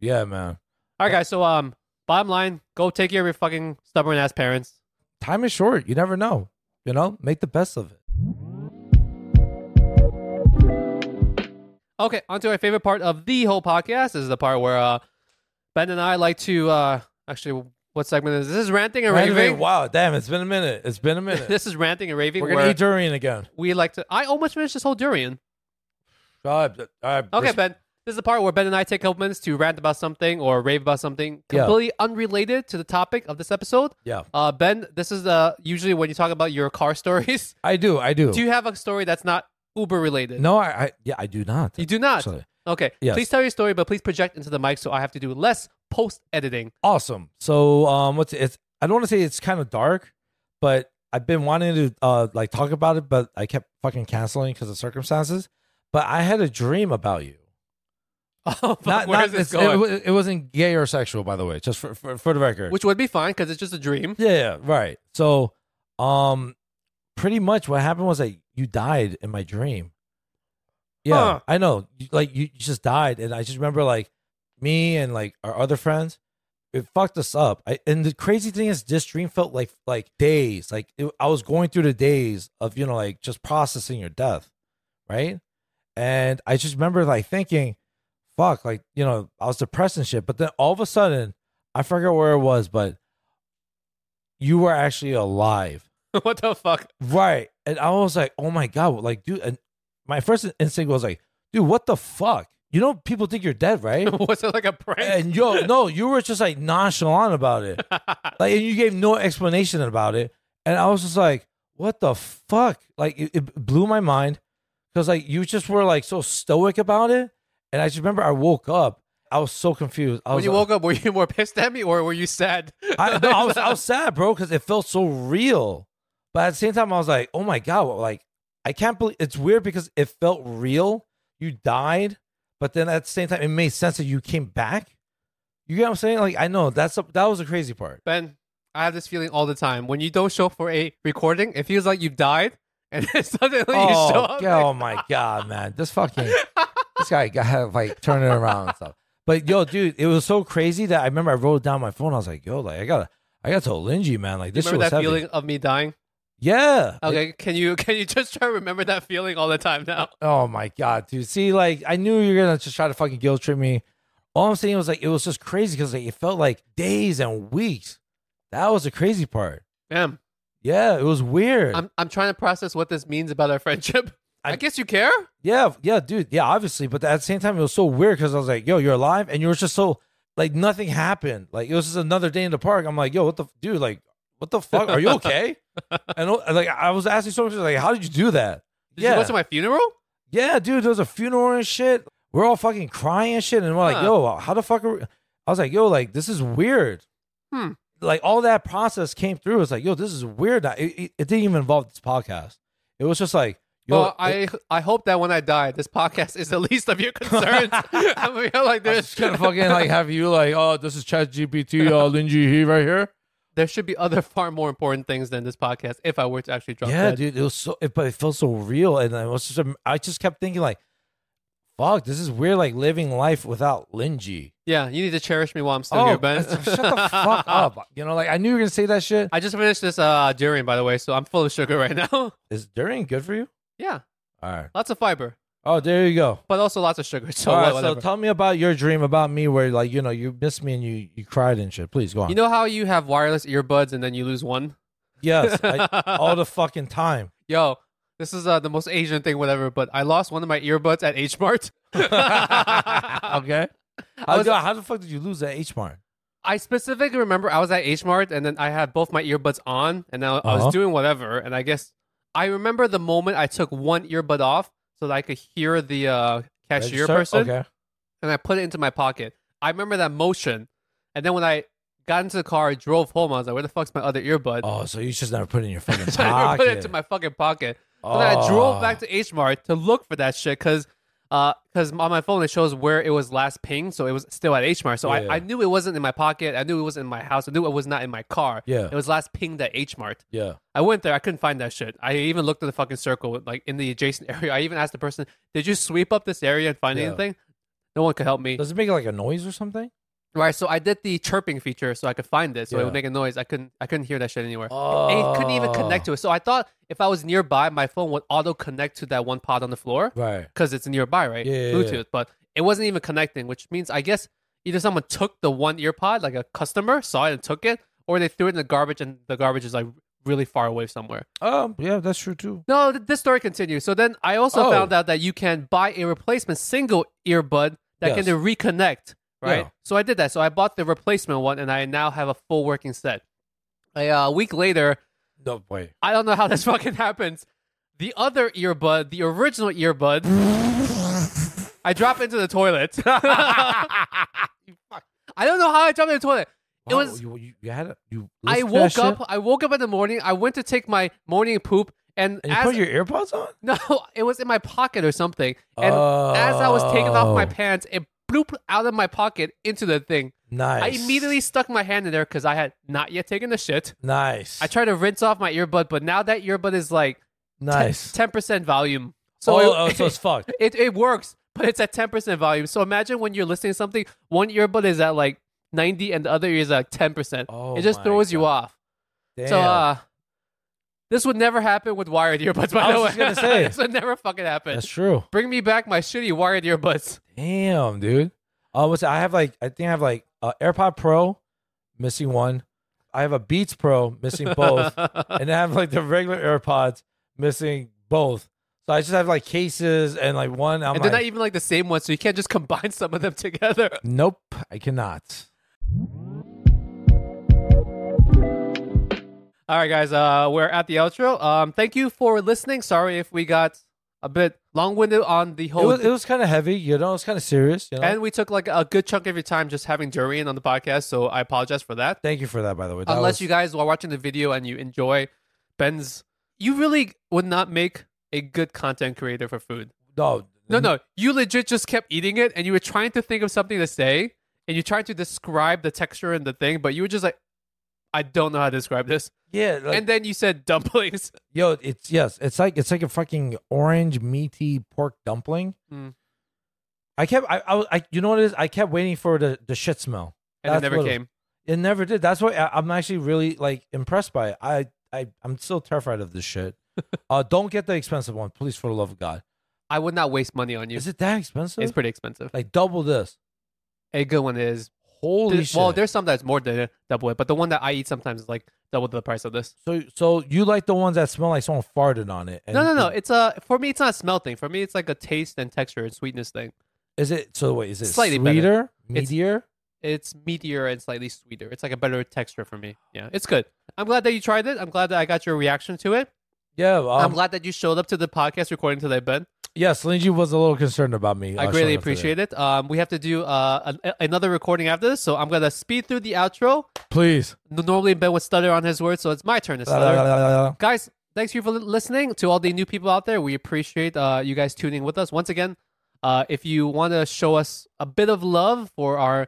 Yeah, man. All right, guys. So um, bottom line, go take care of your fucking stubborn ass parents. Time is short. You never know. You know, make the best of it. Okay, on to our favorite part of the whole podcast. This is the part where uh, Ben and I like to uh, actually, what segment is this? This is ranting and Anyway, raving. wow, damn, it's been a minute. It's been a minute. This is ranting and raving. We're going where- to eat durian again. we like to. I almost finished this whole durian. All right. all right, Okay, res- Ben. This is the part where Ben and I take a couple minutes to rant about something or rave about something Yeah. completely unrelated to the topic of this episode. Yeah. Uh, ben, this is uh, usually when you talk about your car stories. I do. I do. Do you have a story that's not Uber related? no, I, I, yeah, I do not. you do not. Sorry. Okay, Yes. please tell your story, but please project into the mic so I have to do less post editing. awesome. So um, what's it's? I don't want to say it's kind of dark, but I've been wanting to uh like talk about it, but I kept fucking canceling because of circumstances. But I had a dream about you. Oh, fuck, Not, where not is this it's- it going? wa- It, wasn't gay or sexual, by the way. Just for for, for the record. Which would be fine because it's just a dream. yeah, yeah, right. So, um, pretty much what happened was that you died in my dream. Yeah, Huh. I know. You- Like you you just died, and I just remember like me and like our other friends. It fucked us up. I, and the crazy thing is, this dream felt like like days. Like it, I was going through the days of you know like just processing your death, right? And I just remember like thinking, "Fuck!" Like you know, I was depressed and shit. But then all of a sudden, I forgot where it was, but you were actually alive. what the fuck? Right. And I was like, oh my God, like, dude. And my first instinct was like, dude, what the fuck? You know, people think you're dead, right? was it like a prank? and yo, no, you were just like nonchalant about it. Like, and you gave no explanation about it. And I was just like, what the fuck? Like, it, it blew my mind because, like, you just were like so stoic about it. And I just remember I woke up. I was so confused. I when was you like, woke up, were you more pissed at me or were you sad? I, no, I was I was sad, bro, because it felt so real. But at the same time, I was like, oh my god, like I can't believe it's weird because it felt real. You died, but then at the same time, it made sense that you came back. You get what I'm saying? Like I know that's a, that was the crazy part. Ben, I have this feeling all the time. When you don't show up for a recording, it feels like you've died, and then suddenly you show Oh, up. yeah, oh my god, man, this fucking this guy got like turning around and stuff. But yo, dude, it was so crazy that I remember I wrote it down on my phone. I was like, yo, like I gotta, I gotta tell Linji, man, like this shit remember was that heavy. feeling Oh, of me dying? yeah, Okay, can you can you just try to remember that feeling all the time now? Oh my god, dude. See, like I knew you were gonna just try to fucking guilt trip me. All I'm saying was like it was just crazy because like, it felt like days and weeks. That was the crazy part. Damn, Yeah, it was weird. I'm I'm trying to process what this means about our friendship. i I'm- guess you care. yeah, yeah, dude. Yeah, obviously, but at the same time, it was so weird because I was like, "Yo, you're alive," and you were just so like nothing happened. Like it was just another day in the park. I'm like, "Yo, what the f- dude? Like, what the fuck? Are you okay?" and like I was asking so much, like, "How did you do that?" Did you go to my funeral? Yeah, dude, there was a funeral and shit. We're all fucking crying and shit. And we're like, Huh. yo, how the fuck are we? I was like, yo, like, this is weird. Hmm. Like, all that process came through. It's like, yo, this is weird. It, it, it didn't even involve this podcast. It was just like, yo, well, I I hope that when I die, this podcast is the least of your concerns. I feel like am there's just gonna fucking like have you like, oh, this is Chat GPT, uh, Linji he right here. there should be other far more important things than this podcast if I were to actually drop Yeah, dead. dude, it was so, it, but it felt so real, and I was just, um, I just kept thinking like, fuck, this is weird, like living life without Linji. Yeah, you need to cherish me while I'm still here, Oh, Ben. Oh, shut the fuck up! You know, like I knew you were gonna say that shit. I just finished this uh, durian, by the way, so I'm full of sugar right now. Is durian good for you? yeah, All right. lots of fiber, Oh, there you go. but also lots of sugar. So, All right. whatever. So tell me about your dream about me, where like you know you missed me and you you cried and shit. Please go on. you know how you have wireless earbuds and then you lose one? yes, I, all the fucking time. Yo, this is uh, the most Asian thing, whatever. But I lost one of my earbuds at H Mart. okay. How, was- the- how the fuck did you lose that H Mart? I specifically remember I was at H Mart and then I had both my earbuds on and I, I Uh-huh. was doing whatever. And I guess I remember the moment I took one earbud off so that I could hear the uh, cashier Register? person, Okay. and I put it into my pocket. I remember that motion, and then when I got into the car, I drove home. I was like, "Where the fuck's my other earbud?" Oh, so you just never put it in your fucking so I never pocket. put it into my fucking pocket. So oh. then I drove back to H Mart to look for that shit because on my phone it shows where it was last pinged, so it was still at H Mart. So Yeah. I, I knew it wasn't in my pocket. I knew it wasn't in my house. I knew it was not in my car. Oh, Yeah. It was last pinged at H Mart. Yeah. I went there. I couldn't find that shit. I even looked at the fucking circle, like in the adjacent area. I even asked the person, "Did you sweep up this area and find Yeah. anything?" No one could help me. Does it make like a noise or something? Right. So I did the chirping feature, so I could find it, so it Yeah. would make a noise. I couldn't. I couldn't hear that shit anywhere. And Oh. it couldn't even connect to it. So I thought if I was nearby, my phone would auto connect to that one pod on the floor Right. because it's nearby, right? Yeah, yeah, Bluetooth. yeah. But it wasn't even connecting, which means I guess either someone took the one ear pod, like a customer saw it and took it, or they threw it in the garbage and the garbage is like really far away somewhere. Um. Yeah, that's true too. No, th- this story continues. So then I also Oh. found out that you can buy a replacement single earbud that Yes. can then reconnect, right? Yeah. So I did that. So I bought the replacement one and I now have a full working set. A uh, week later, No way. I don't know how this fucking happens. The other earbud, the original earbud, I drop into the toilet. I don't know how I dropped in the toilet. It Wow, was Oh, you, you, you had a, you. I listened to that woke shit? up. I woke up in the morning. I went to take my morning poop, and, And you as put your earbuds on? no, it was in my pocket or something. And as I was taking off my Oh. pants, it blooped out of my pocket into the thing. Nice. I immediately stuck my hand in there because I had not yet taken the shit. Nice. I tried to rinse off my earbud, but now that earbud is like nice. ten percent volume. So so oh, it, oh, so it's fucked. it it works, but it's at ten percent volume. So imagine when you're listening to something, one earbud is at like ninety and the other ear is at ten percent. Oh it just my throws you God. off. Damn. So uh this would never happen with wired earbuds, by I the way. was just gonna say. this would never fucking happen. that's true. Bring me back my shitty wired earbuds. Damn, dude. Uh, what's I have like I think I have like uh, AirPod Pro, missing one. I have a Beats Pro, missing both, and I have like the regular AirPods, missing both. So I just have like cases and like one. and I'm like, they're not even like the same one, so you can't just combine some of them together. nope, I cannot. All right, guys, uh, we're at the outro. Um, thank you for listening. Sorry if we got a bit long-winded on the It whole. was, it was kind of heavy, you know. It was kind of serious, you know. and we took like a good chunk of your time just having Durian on the podcast, so I apologize for that. Thank you for that, by the way. That Unless was- you guys are watching the video and you enjoy Ben's, you really would not make a good content creator for food. no, No, no, you legit just kept eating it, and you were trying to think of something to say, and you tried to describe the texture and the thing, but you were just like, I don't know how to describe this. yeah, like, and then you said dumplings. Yo, it's yes, it's like it's like a fucking orange meaty pork dumpling. Mm. I kept I, I was- I you know what it is? I kept waiting for the the shit smell. And That's it never what came. It never did. That's why I, I'm actually really like impressed by it. I I I'm still terrified of this shit. uh, don't get the expensive one, please, for the love of God. I would not waste money on you. Is it that expensive? It's pretty expensive. like double this. A good one is Holy Th- shit! well, there's some that's more than double it, but the one that I eat sometimes is like double the price of this. so so you like the ones that smell like someone farted on it? and- No, no, no. It's a for me. It's not a smell thing. For me, it's like a taste and texture and sweetness thing. Is it so? Wait, is it Slightly better. sweeter, It's- meatier? It's meatier and slightly sweeter. It's like a better texture for me. Yeah, it's good. I'm glad that you tried it. I'm glad that I got your reaction to it. Yeah, I'm um, glad that you showed up to the podcast recording today, Ben. yes. Lindsay was a little concerned about me. I greatly appreciate it. Um, we have to do uh, a- another recording after this, so I'm gonna speed through the outro. Please. N- Normally, Ben would stutter on his words, so it's my turn to La, stutter. la, la, la, la. guys thanks you for li- listening to all the new people out there we appreciate uh, you guys tuning with us once again uh, if you want to show us a bit of love for our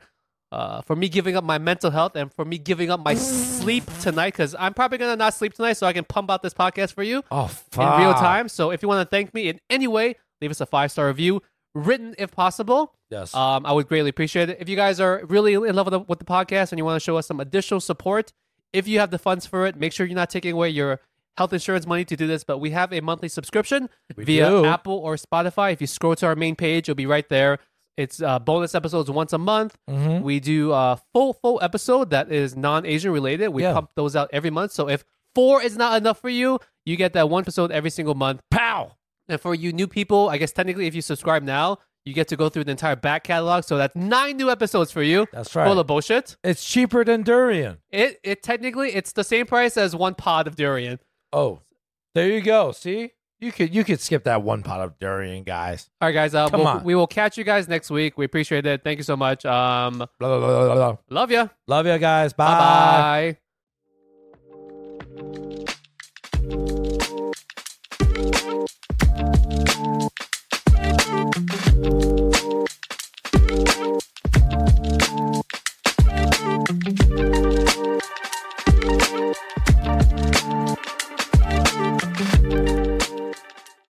uh, for me giving up my mental health and for me giving up my sleep tonight because i'm probably gonna not sleep tonight so i can pump out this podcast for you Oh, in real fuck. time so if you want to thank me in any way leave us a five star review written if possible Yes. um, I would greatly appreciate it. If you guys are really in love with the, with the podcast and you want to show us some additional support, if you have the funds for it, make sure you're not taking away your health insurance money to do this. But we have a monthly subscription We via do. Apple or Spotify. If you scroll to our main page, you'll be right there. It's uh, bonus episodes once a month. Mhm. We do a full full episode that is non-Asian related. We Yeah. pump those out every month. So if four is not enough for you, you get that one episode every single month. Pow. And for you new people, I guess technically, if you subscribe now, you get to go through the entire back catalog. So that's nine new episodes for you. That's right. Full of bullshit. It's cheaper than durian. It it technically it's the same price as one pod of durian. Oh, there you go. See, You could you could skip that one pot of durian, guys. All right, guys. Uh, Come we'll- on. we will catch you guys next week. We appreciate it. Thank you so much. Um, Blah, blah, blah, blah, blah. love ya. Love you guys. Bye bye. Bye bye.